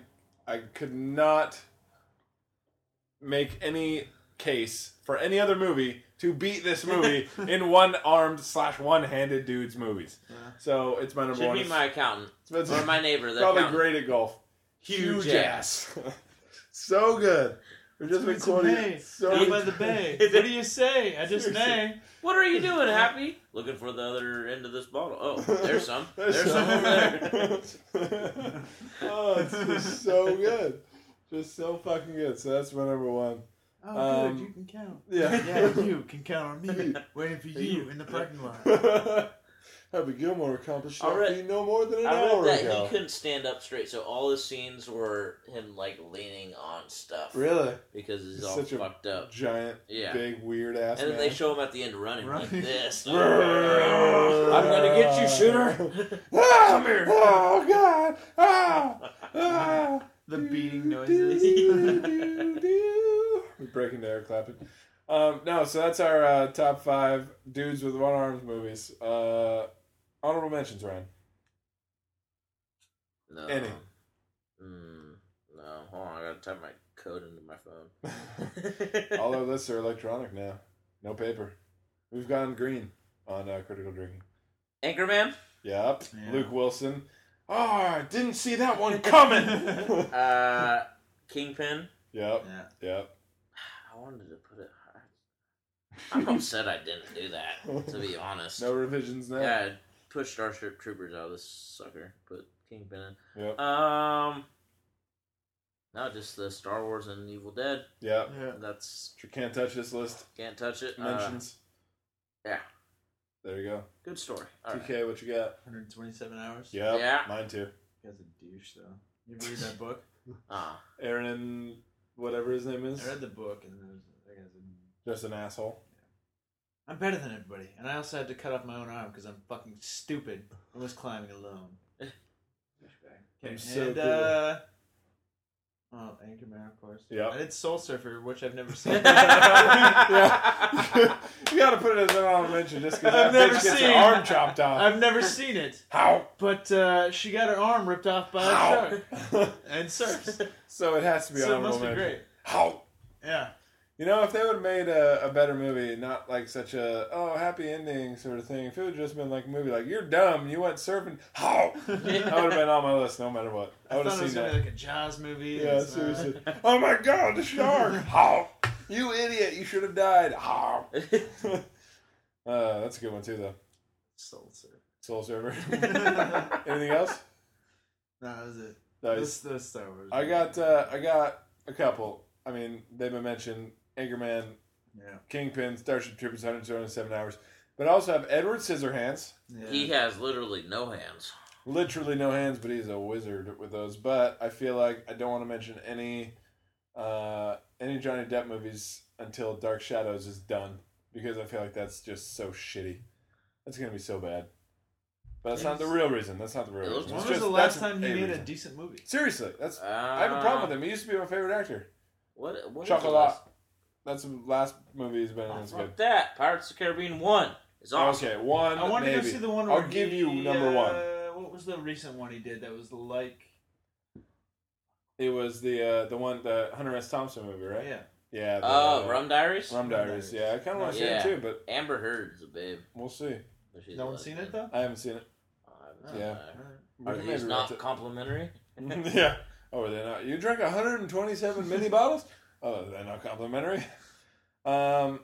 S1: I could not make any case for any other movie to beat this
S2: *laughs*
S1: movie in one armed slash one handed dudes movies.
S3: Yeah.
S1: So it's my number
S2: Should
S1: one.
S2: be my
S1: *laughs*
S2: accountant
S1: It's-
S2: or my neighbor. That
S1: probably
S2: accountant.
S1: great at golf.
S2: Huge
S1: *laughs* so good. We're just been
S3: It's
S1: quoting
S3: May,
S1: it so
S3: down
S1: many
S3: by
S1: *laughs*
S3: the bay.
S2: Is
S3: What
S2: it-
S3: do you say? I just
S1: Seriously.
S3: may.
S2: What are
S1: *laughs*
S2: you doing, Happy? Looking for the other end of this bottle. Oh,
S1: *laughs*
S2: there's some. There's, some over there.
S1: there. *laughs* oh, it's just so good. Just so fucking good. So that's my number one.
S3: Oh,
S1: Um,
S3: good, you can count.
S1: yeah.
S3: yeah,
S1: *laughs*
S3: you can count on me. Waiting for you in the parking lot.
S1: *laughs* Happy Gilmore accomplished
S2: I
S1: that
S2: read-
S1: feat no more than an
S2: I
S1: hour
S2: read uh, that
S1: ago.
S2: he couldn't stand up straight, so all his scenes were him like leaning on stuff
S1: Really?
S2: because he's
S1: He's
S2: all
S1: such a-
S2: fucked up.
S1: Giant,
S2: Yeah,
S1: big, weird ass.
S2: and then they show him at the end running like
S1: *laughs*
S3: Running.
S2: this.
S1: I'm
S2: gonna get you,
S1: *laughs*
S2: shooter.
S1: Come here. Oh God. Ah. Ah.
S3: The
S1: *laughs*
S3: beating noises.
S2: *laughs*
S1: We're breaking the air clapping. Um, no, so that's our uh, top five dudes with one arms movies. Uh, honorable mentions, Ryan.
S2: no.
S1: Any.
S2: Mm, no, hold on. I gotta type my code into my
S1: *laughs*
S2: phone.
S1: All our lists are electronic now. No paper. We've gone green on uh, critical drinking.
S2: *laughs* Anchorman.
S1: Yep.
S3: Yeah.
S1: Luke Wilson. Ah, didn't see that one
S2: *laughs*
S1: coming.
S2: Uh, Kingpin. *sighs*
S1: yep.
S3: yeah.
S1: Yep.
S2: I wanted to put it. high. I'm upset I didn't do that. To be
S1: *laughs*
S2: honest,
S1: No revisions now.
S2: yeah, I pushed Starship Troopers out of this sucker. Put Kingpin in.
S1: Yep.
S2: Um, no, just the Star Wars and Evil Dead.
S1: Yep.
S3: Yeah.
S2: That's
S1: Can't touch this list.
S2: can't touch it. Uh,
S1: Mentions.
S2: yeah.
S1: There you go.
S2: good story. All right.
S1: TK, what you got?
S3: 127 hours.
S1: Yep.
S2: Yeah.
S1: Mine too.
S3: You guys a douche though. You ever read that book?
S1: *laughs*
S2: Ah, *laughs*
S1: Aaron, whatever his name is,
S3: I read the book and there was, that guy's a-
S1: just an asshole.
S3: I'm better than everybody, and I also had to cut off my own arm because I'm fucking stupid. I was climbing alone. Okay,
S1: I'm so
S3: and
S1: cool.
S3: uh, oh, Anchorman, of course.
S1: Yeah.
S3: I did Soul Surfer, which I've never
S2: *laughs*
S3: seen.
S1: yeah. *laughs* you gotta put it as an honorable mention just because
S3: I've
S1: that
S3: never
S1: bitch gets her
S3: seen-
S1: arm chopped off.
S3: I've never seen it,
S1: How?
S3: but uh, she got her arm ripped off by a
S1: How?
S3: shark and surfs.
S1: *laughs* so it has to be
S3: so it
S1: honorable
S3: must be
S1: mention.
S3: great.
S1: How?
S3: Yeah.
S1: You know, if they would have made a, a better movie, not like such a oh happy ending sort of thing. If it would have just been like a movie like you're dumb, you went surfing.
S3: *laughs*
S1: How? that would have been on my list no matter what. I
S3: I
S1: would
S3: thought
S1: have
S3: it
S1: seen
S3: was gonna
S1: that.
S3: be like uh." a Jaws movie.
S1: Yeah,
S3: It's not.
S1: seriously. oh my god, the
S3: *laughs*
S1: shark! How? You idiot! You should have died! How? uh, that's a good one too, though.
S3: Soul Surfer. *laughs*
S1: Soul Server.
S3: no,
S1: Anything else?
S3: that was it.
S1: Nice.
S3: This, this Star Wars.
S1: I got, uh, I got a couple. I mean, they've been mentioned: Anchorman,
S3: Yeah.
S1: Kingpin, Starship Troopers, 107 Hours. But I also have Edward Scissorhands.
S3: yeah.
S2: he has literally no hands.
S1: Literally no hands, but he's a wizard with those. But I feel like I don't want to mention any, uh, any Johnny Depp movies until Dark Shadows is done because I feel like that's just so shitty. That's gonna be so bad. But that's not the real reason. That's not the real
S2: It
S1: reason.
S2: looks-
S3: When
S1: It's
S3: was
S1: just-
S3: the last
S1: that's
S3: time he
S1: a
S3: made a
S1: reason.
S3: decent movie?
S1: Seriously, that's
S2: Uh,
S1: I have a problem with him. He used to be my favorite actor.
S2: What? what is the
S1: Chocolat.
S2: last-
S1: That's the last movie he's been in.
S2: Oh,
S1: That's good.
S2: fuck that. Pirates of the Caribbean one. It's awesome.
S1: Okay, one.
S3: I want
S1: maybe.
S3: to go see the one.
S1: I'll
S3: Where
S1: give
S3: he,
S1: you number
S3: uh,
S1: one.
S3: What was the recent one he did that was like?
S1: It was the uh, the one the Hunter S. Thompson movie, right?
S3: Yeah.
S1: Yeah. the,
S2: Oh,
S1: uh,
S2: Rum Diaries.
S1: Rum Diaries.
S3: Diaries.
S1: Yeah, I kind of want to see
S2: Yeah.
S1: it too, but
S2: Amber Heard's a babe.
S1: we'll see.
S2: but she's
S3: No
S2: a
S3: one's seen it
S2: lesbian.
S3: though.
S1: I haven't seen it.
S2: Uh,
S1: Yeah.
S2: uh,
S1: We
S2: Are
S1: can
S2: these
S1: maybe
S2: not
S1: rent
S2: complimentary?
S1: it. *laughs* yeah. Oh, are they not? You drank 127 mini bottles. *laughs* Oh, they're not complimentary. Um,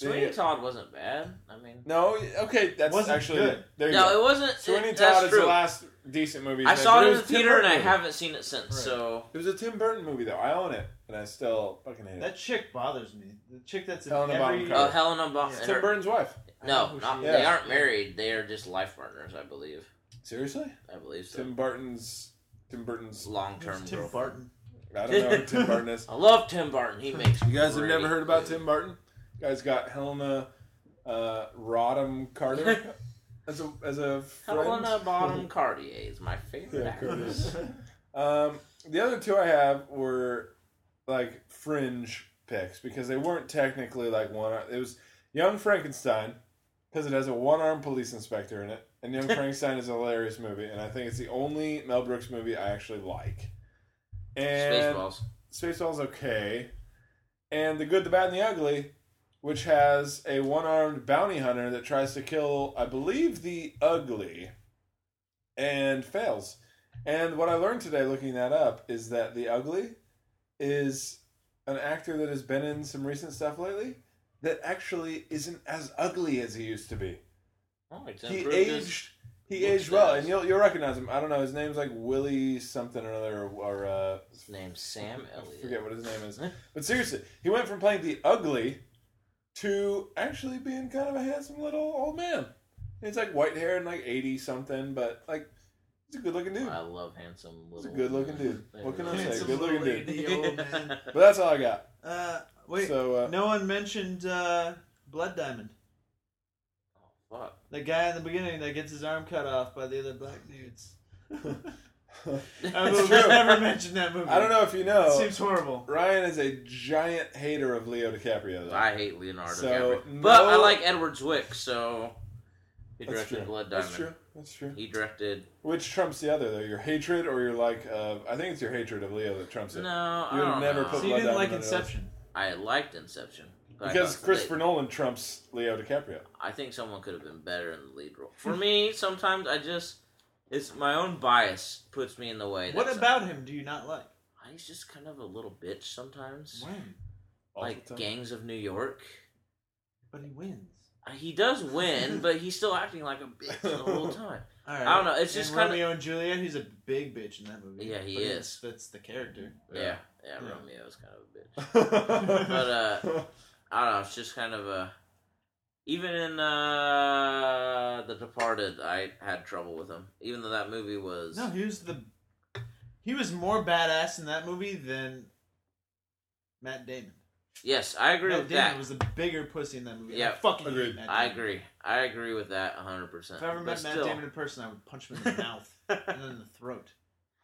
S2: Sweeney
S1: the-
S2: Todd wasn't bad. I mean,
S1: no. Okay, that's
S3: Wasn't
S1: actually
S3: good.
S1: there. You
S2: no,
S1: go.
S2: it wasn't.
S1: Sweeney
S2: it,
S1: Todd
S2: that's
S1: is the
S2: true.
S1: last decent movie. he's
S2: I
S1: made,
S2: saw
S1: but
S2: it in
S1: was
S2: the
S1: Tim
S2: theater and I
S1: Burton.
S2: haven't seen it since.
S3: Right.
S2: So
S1: It was a Tim Burton movie though. I own it, and I still fucking hate it.
S3: That chick bothers me. The chick that's in
S1: Helena Bonham
S3: every.
S1: Carter.
S2: oh, Helena Bonham.
S3: Yeah.
S1: It's Tim Burton's wife.
S3: I know
S2: No,
S3: who
S2: not,
S3: she
S2: they
S1: is.
S2: aren't married. They are just life partners, I believe.
S1: Seriously?
S2: I believe so.
S1: Tim Burton's Tim Burton's.
S2: Long
S3: Who's
S2: term
S3: Tim
S2: girlfriend.
S3: Barton.
S1: I don't know who *laughs* Tim Burton is.
S2: I love Tim Burton. He makes.
S1: You guys have
S2: great
S1: never heard about
S2: movies.
S1: Tim Burton? Guys got Helena uh, Rodham *laughs* Carter as a as a friend.
S2: Helena Bonham Cartier is my favorite
S1: Yeah,
S2: actress.
S1: Curtis. Um, the other two I have were like fringe picks because they weren't technically like one. It was Young Frankenstein because it has a one armed police inspector in it, and Young Frankenstein is a hilarious movie, and I think it's the only Mel Brooks movie I actually like. And
S2: Spaceballs.
S1: Spaceballs okay, and The Good, the Bad, and the Ugly, which has a one-armed bounty hunter that tries to kill, I believe, the ugly, and fails. And what I learned today, looking that up, is that the ugly is an actor that has been in some recent stuff lately that actually isn't as ugly as he used to be.
S2: Oh, it's
S1: he
S2: improved his-
S1: aged. He
S2: looks
S1: aged well,
S2: nice.
S1: and you'll you'll recognize him. I don't know his name's like Willie something or other, or, or uh,
S2: His name's Sam Elliott.
S1: *laughs* I forget what his name is. But seriously, he went from playing the ugly to actually being kind of a handsome little old man. He's like white hair and like 80 something, but like, he's a good looking dude.
S2: I love handsome little.
S1: a good-looking dude.
S2: They
S1: What can I
S2: really
S1: say?
S2: are.
S3: Handsome
S1: Good looking
S3: little
S1: dude.
S3: lady,
S2: *laughs*
S3: old man.
S1: But that's all I got.
S3: Uh, wait.
S1: So, uh,
S3: no one mentioned uh, Blood Diamond.
S2: Oh, fuck.
S3: The guy in the beginning that gets his arm cut off by the other black
S1: *laughs*
S3: dudes. I will
S1: true.
S3: never mention that movie.
S1: I don't know if you know,
S3: It seems horrible.
S1: Ryan is a giant hater of Leo DiCaprio, though.
S2: I hate Leonardo
S1: So,
S2: DiCaprio, but I
S1: no-
S2: like Edward Zwick. So he
S1: That's
S2: directed
S1: true.
S2: Blood Diamond.
S1: That's true. That's true.
S2: He directed.
S1: Which trumps the other, though? Your hatred or your like, uh, I think it's your hatred of Leo that trumps it.
S2: No,
S1: You
S2: I
S1: would
S2: don't
S1: never
S2: know.
S1: put
S3: So you
S1: Blood
S3: didn't like
S1: Diamond on your list.
S3: Inception.
S2: I liked Inception but I
S1: Because
S2: thought
S1: Christopher
S2: They,
S1: Nolan trumps Leo DiCaprio.
S2: I think someone could have been better in the lead role. For me, sometimes I just it's my own bias puts me in the way.
S3: What
S2: That's-
S3: about him do you not like?
S2: He's just kind of a little bitch sometimes.
S3: When?
S1: all
S2: Like
S1: the time.
S2: Gangs of New York.
S3: But he wins.
S2: Uh, He
S1: *laughs*
S2: does win, but he's still acting like a bitch the whole time.
S3: All right.
S2: I don't know, it's just
S3: and
S2: kinda-
S3: Romeo and Juliet. He's a big bitch in that movie.
S2: Yeah, he
S3: But
S2: is.
S3: it's- That's the character. *laughs*
S2: Yeah, yeah,
S3: Yeah.
S2: Romeo's kind of a
S1: *laughs*
S2: bitch. But, uh, I don't know. It's just kind of a. Even in uh, The Departed, I had trouble with him. Even though that movie was
S3: *laughs* No, he was the. He was more badass in that movie than Matt Damon.
S2: yes, I agree
S3: Matt
S2: with
S3: Damon
S2: that.
S3: was the bigger pussy in that movie.
S2: Yeah.
S3: I fucking hate
S1: Agreed.
S3: Matt
S2: I
S3: Damon.
S2: agree. I agree with that hundred percent.
S3: If I ever met Matt
S2: still,
S3: Damon in person, I would punch him in
S2: *laughs*
S3: the mouth and then the throat,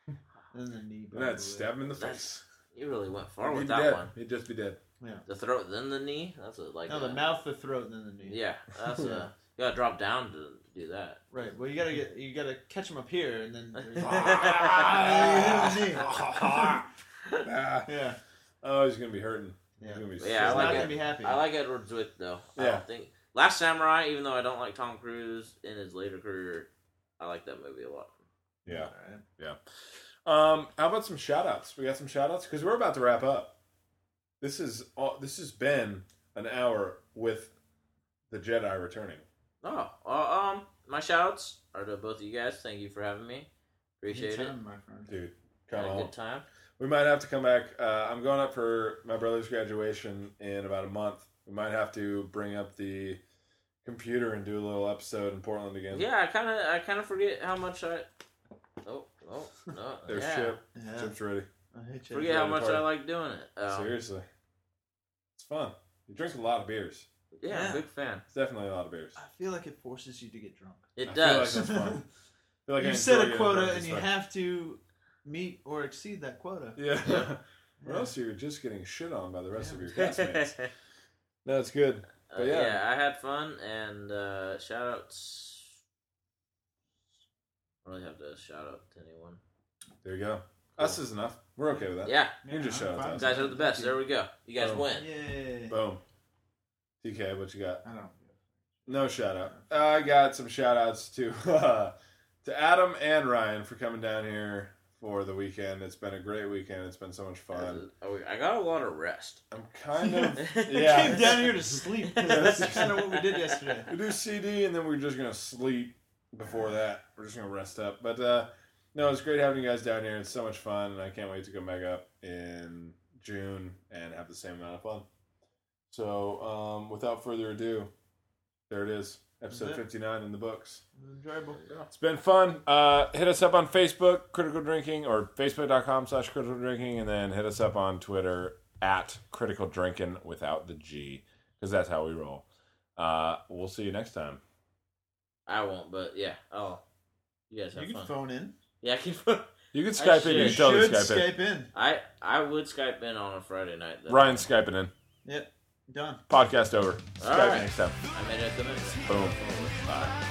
S3: and then the knee.
S1: And I'd
S3: probably.
S1: stab him in the
S2: That's-
S1: face.
S2: you really went far
S1: He'd
S2: with
S1: be
S2: that
S1: dead.
S2: one.
S1: He'd just be
S2: *laughs*
S1: dead. *laughs*
S2: The throat, then the knee. That's a, like
S3: No,
S2: a-
S3: the mouth, the throat, and then the knee.
S2: Yeah, that's
S3: *laughs*
S2: uh, a you gotta drop down to do that.
S3: Right. Well, you gotta get you gotta catch him up here,
S2: *laughs*
S3: and then.
S1: Ah. Ah.
S3: *laughs* yeah.
S1: Oh, he's gonna be hurting. He's
S3: Yeah.
S1: gonna be
S2: Yeah,
S1: so
S2: I
S3: He's
S2: like
S3: not
S2: it.
S3: gonna be happy.
S2: I like Edward Zwick though. I
S1: Yeah.
S2: don't think Last Samurai, even though I don't like Tom Cruise in his later career, I like that movie a lot.
S1: Yeah.
S3: Alright.
S1: Um, how about some shout outs? We got some shout outs because we're about to wrap up. This is all, this has been an hour with the Jedi returning.
S2: Oh, uh, um, my shouts are to both of you guys. Thank you for having me. Appreciate it.
S3: Anytime, my friend.
S1: Dude, come
S2: Had a
S1: on.
S2: good time.
S1: We might have to come back. Uh, I'm going up for my brother's graduation in about a month. We might have to bring up the computer and do a little episode in Portland again.
S2: Yeah, I kind of, I kind of forget how much I. Oh, oh, no.
S1: *laughs* There's
S2: yeah. Uh,
S1: Chip.
S3: Yeah.
S1: Chip's ready.
S3: I hate you.
S2: Forget how much
S1: Party.
S2: I like doing it. Um,
S1: Seriously. It's fun. You drink a lot of beers.
S2: yeah, I'm
S3: Yeah.
S2: a big fan.
S1: It's definitely a lot of beers.
S3: I feel like it forces you to get drunk.
S2: It
S1: I feel like
S2: does.
S1: that's fun. I
S3: *laughs*
S1: feel like I
S3: you set
S1: enjoy
S3: a
S1: it
S3: quota,
S1: drunk
S3: and you
S1: stuff.
S3: have to meet or exceed that quota.
S1: *laughs* Yeah. or
S3: Yeah.
S1: else you're just getting shit on by the rest
S3: Yeah.
S1: of your
S2: Uh,
S1: classmates.
S2: *laughs*
S1: no, it's good. But
S2: yeah.
S1: yeah.
S2: I had fun and uh, shout outs. I don't really have to shout out to anyone.
S1: There you go. Us is enough. We're okay with that.
S2: Yeah,
S1: Ninja Show.
S2: you
S3: I'm
S1: that's
S3: fine.
S2: guys are the best. There we go. You guys
S1: Boom.
S2: win.
S3: Yay.
S1: Boom. TK, what you got?
S3: I don't.
S1: No shout out. I got some shout outs to *laughs* to Adam and Ryan for coming down here for the weekend. It's been a great weekend. It's been so much fun.
S2: Oh, I got a lot of rest. *laughs*
S1: I'm kind of *laughs*
S3: I came
S1: yeah.
S3: down here to
S1: *laughs*
S3: sleep because that's kind of what we did yesterday.
S1: We do CD and then we're just gonna sleep before that. We're just gonna rest up. But uh, no, it's great having you guys down here. It's so much fun, and I can't wait to come back up in June and have the same amount of fun. So um, without further ado, there it is, episode
S3: That's it.
S1: fifty nine in the books.
S3: It was enjoyable.
S1: It's been fun. Uh, hit us up on Facebook, Critical Drinking, or facebook.com slash Critical Drinking, and then hit us up on Twitter at Critical Drinking without the G, because that's how we roll. Uh, we'll see you next time.
S2: I won't, but yeah. Oh, you guys have
S3: You
S2: fun.
S3: can phone in.
S2: yeah, I can. *laughs* Phone.
S1: You can Skype in. You
S2: should-
S1: can totally
S3: should
S1: Skype, in.
S3: Skype in.
S2: I I would Skype in on a Friday night. Though.
S1: Ryan's Skyping in.
S3: Yep. Done.
S1: Podcast over. Skype
S2: right.
S1: next time.
S2: I made it at the minute.
S1: Boom. Bye.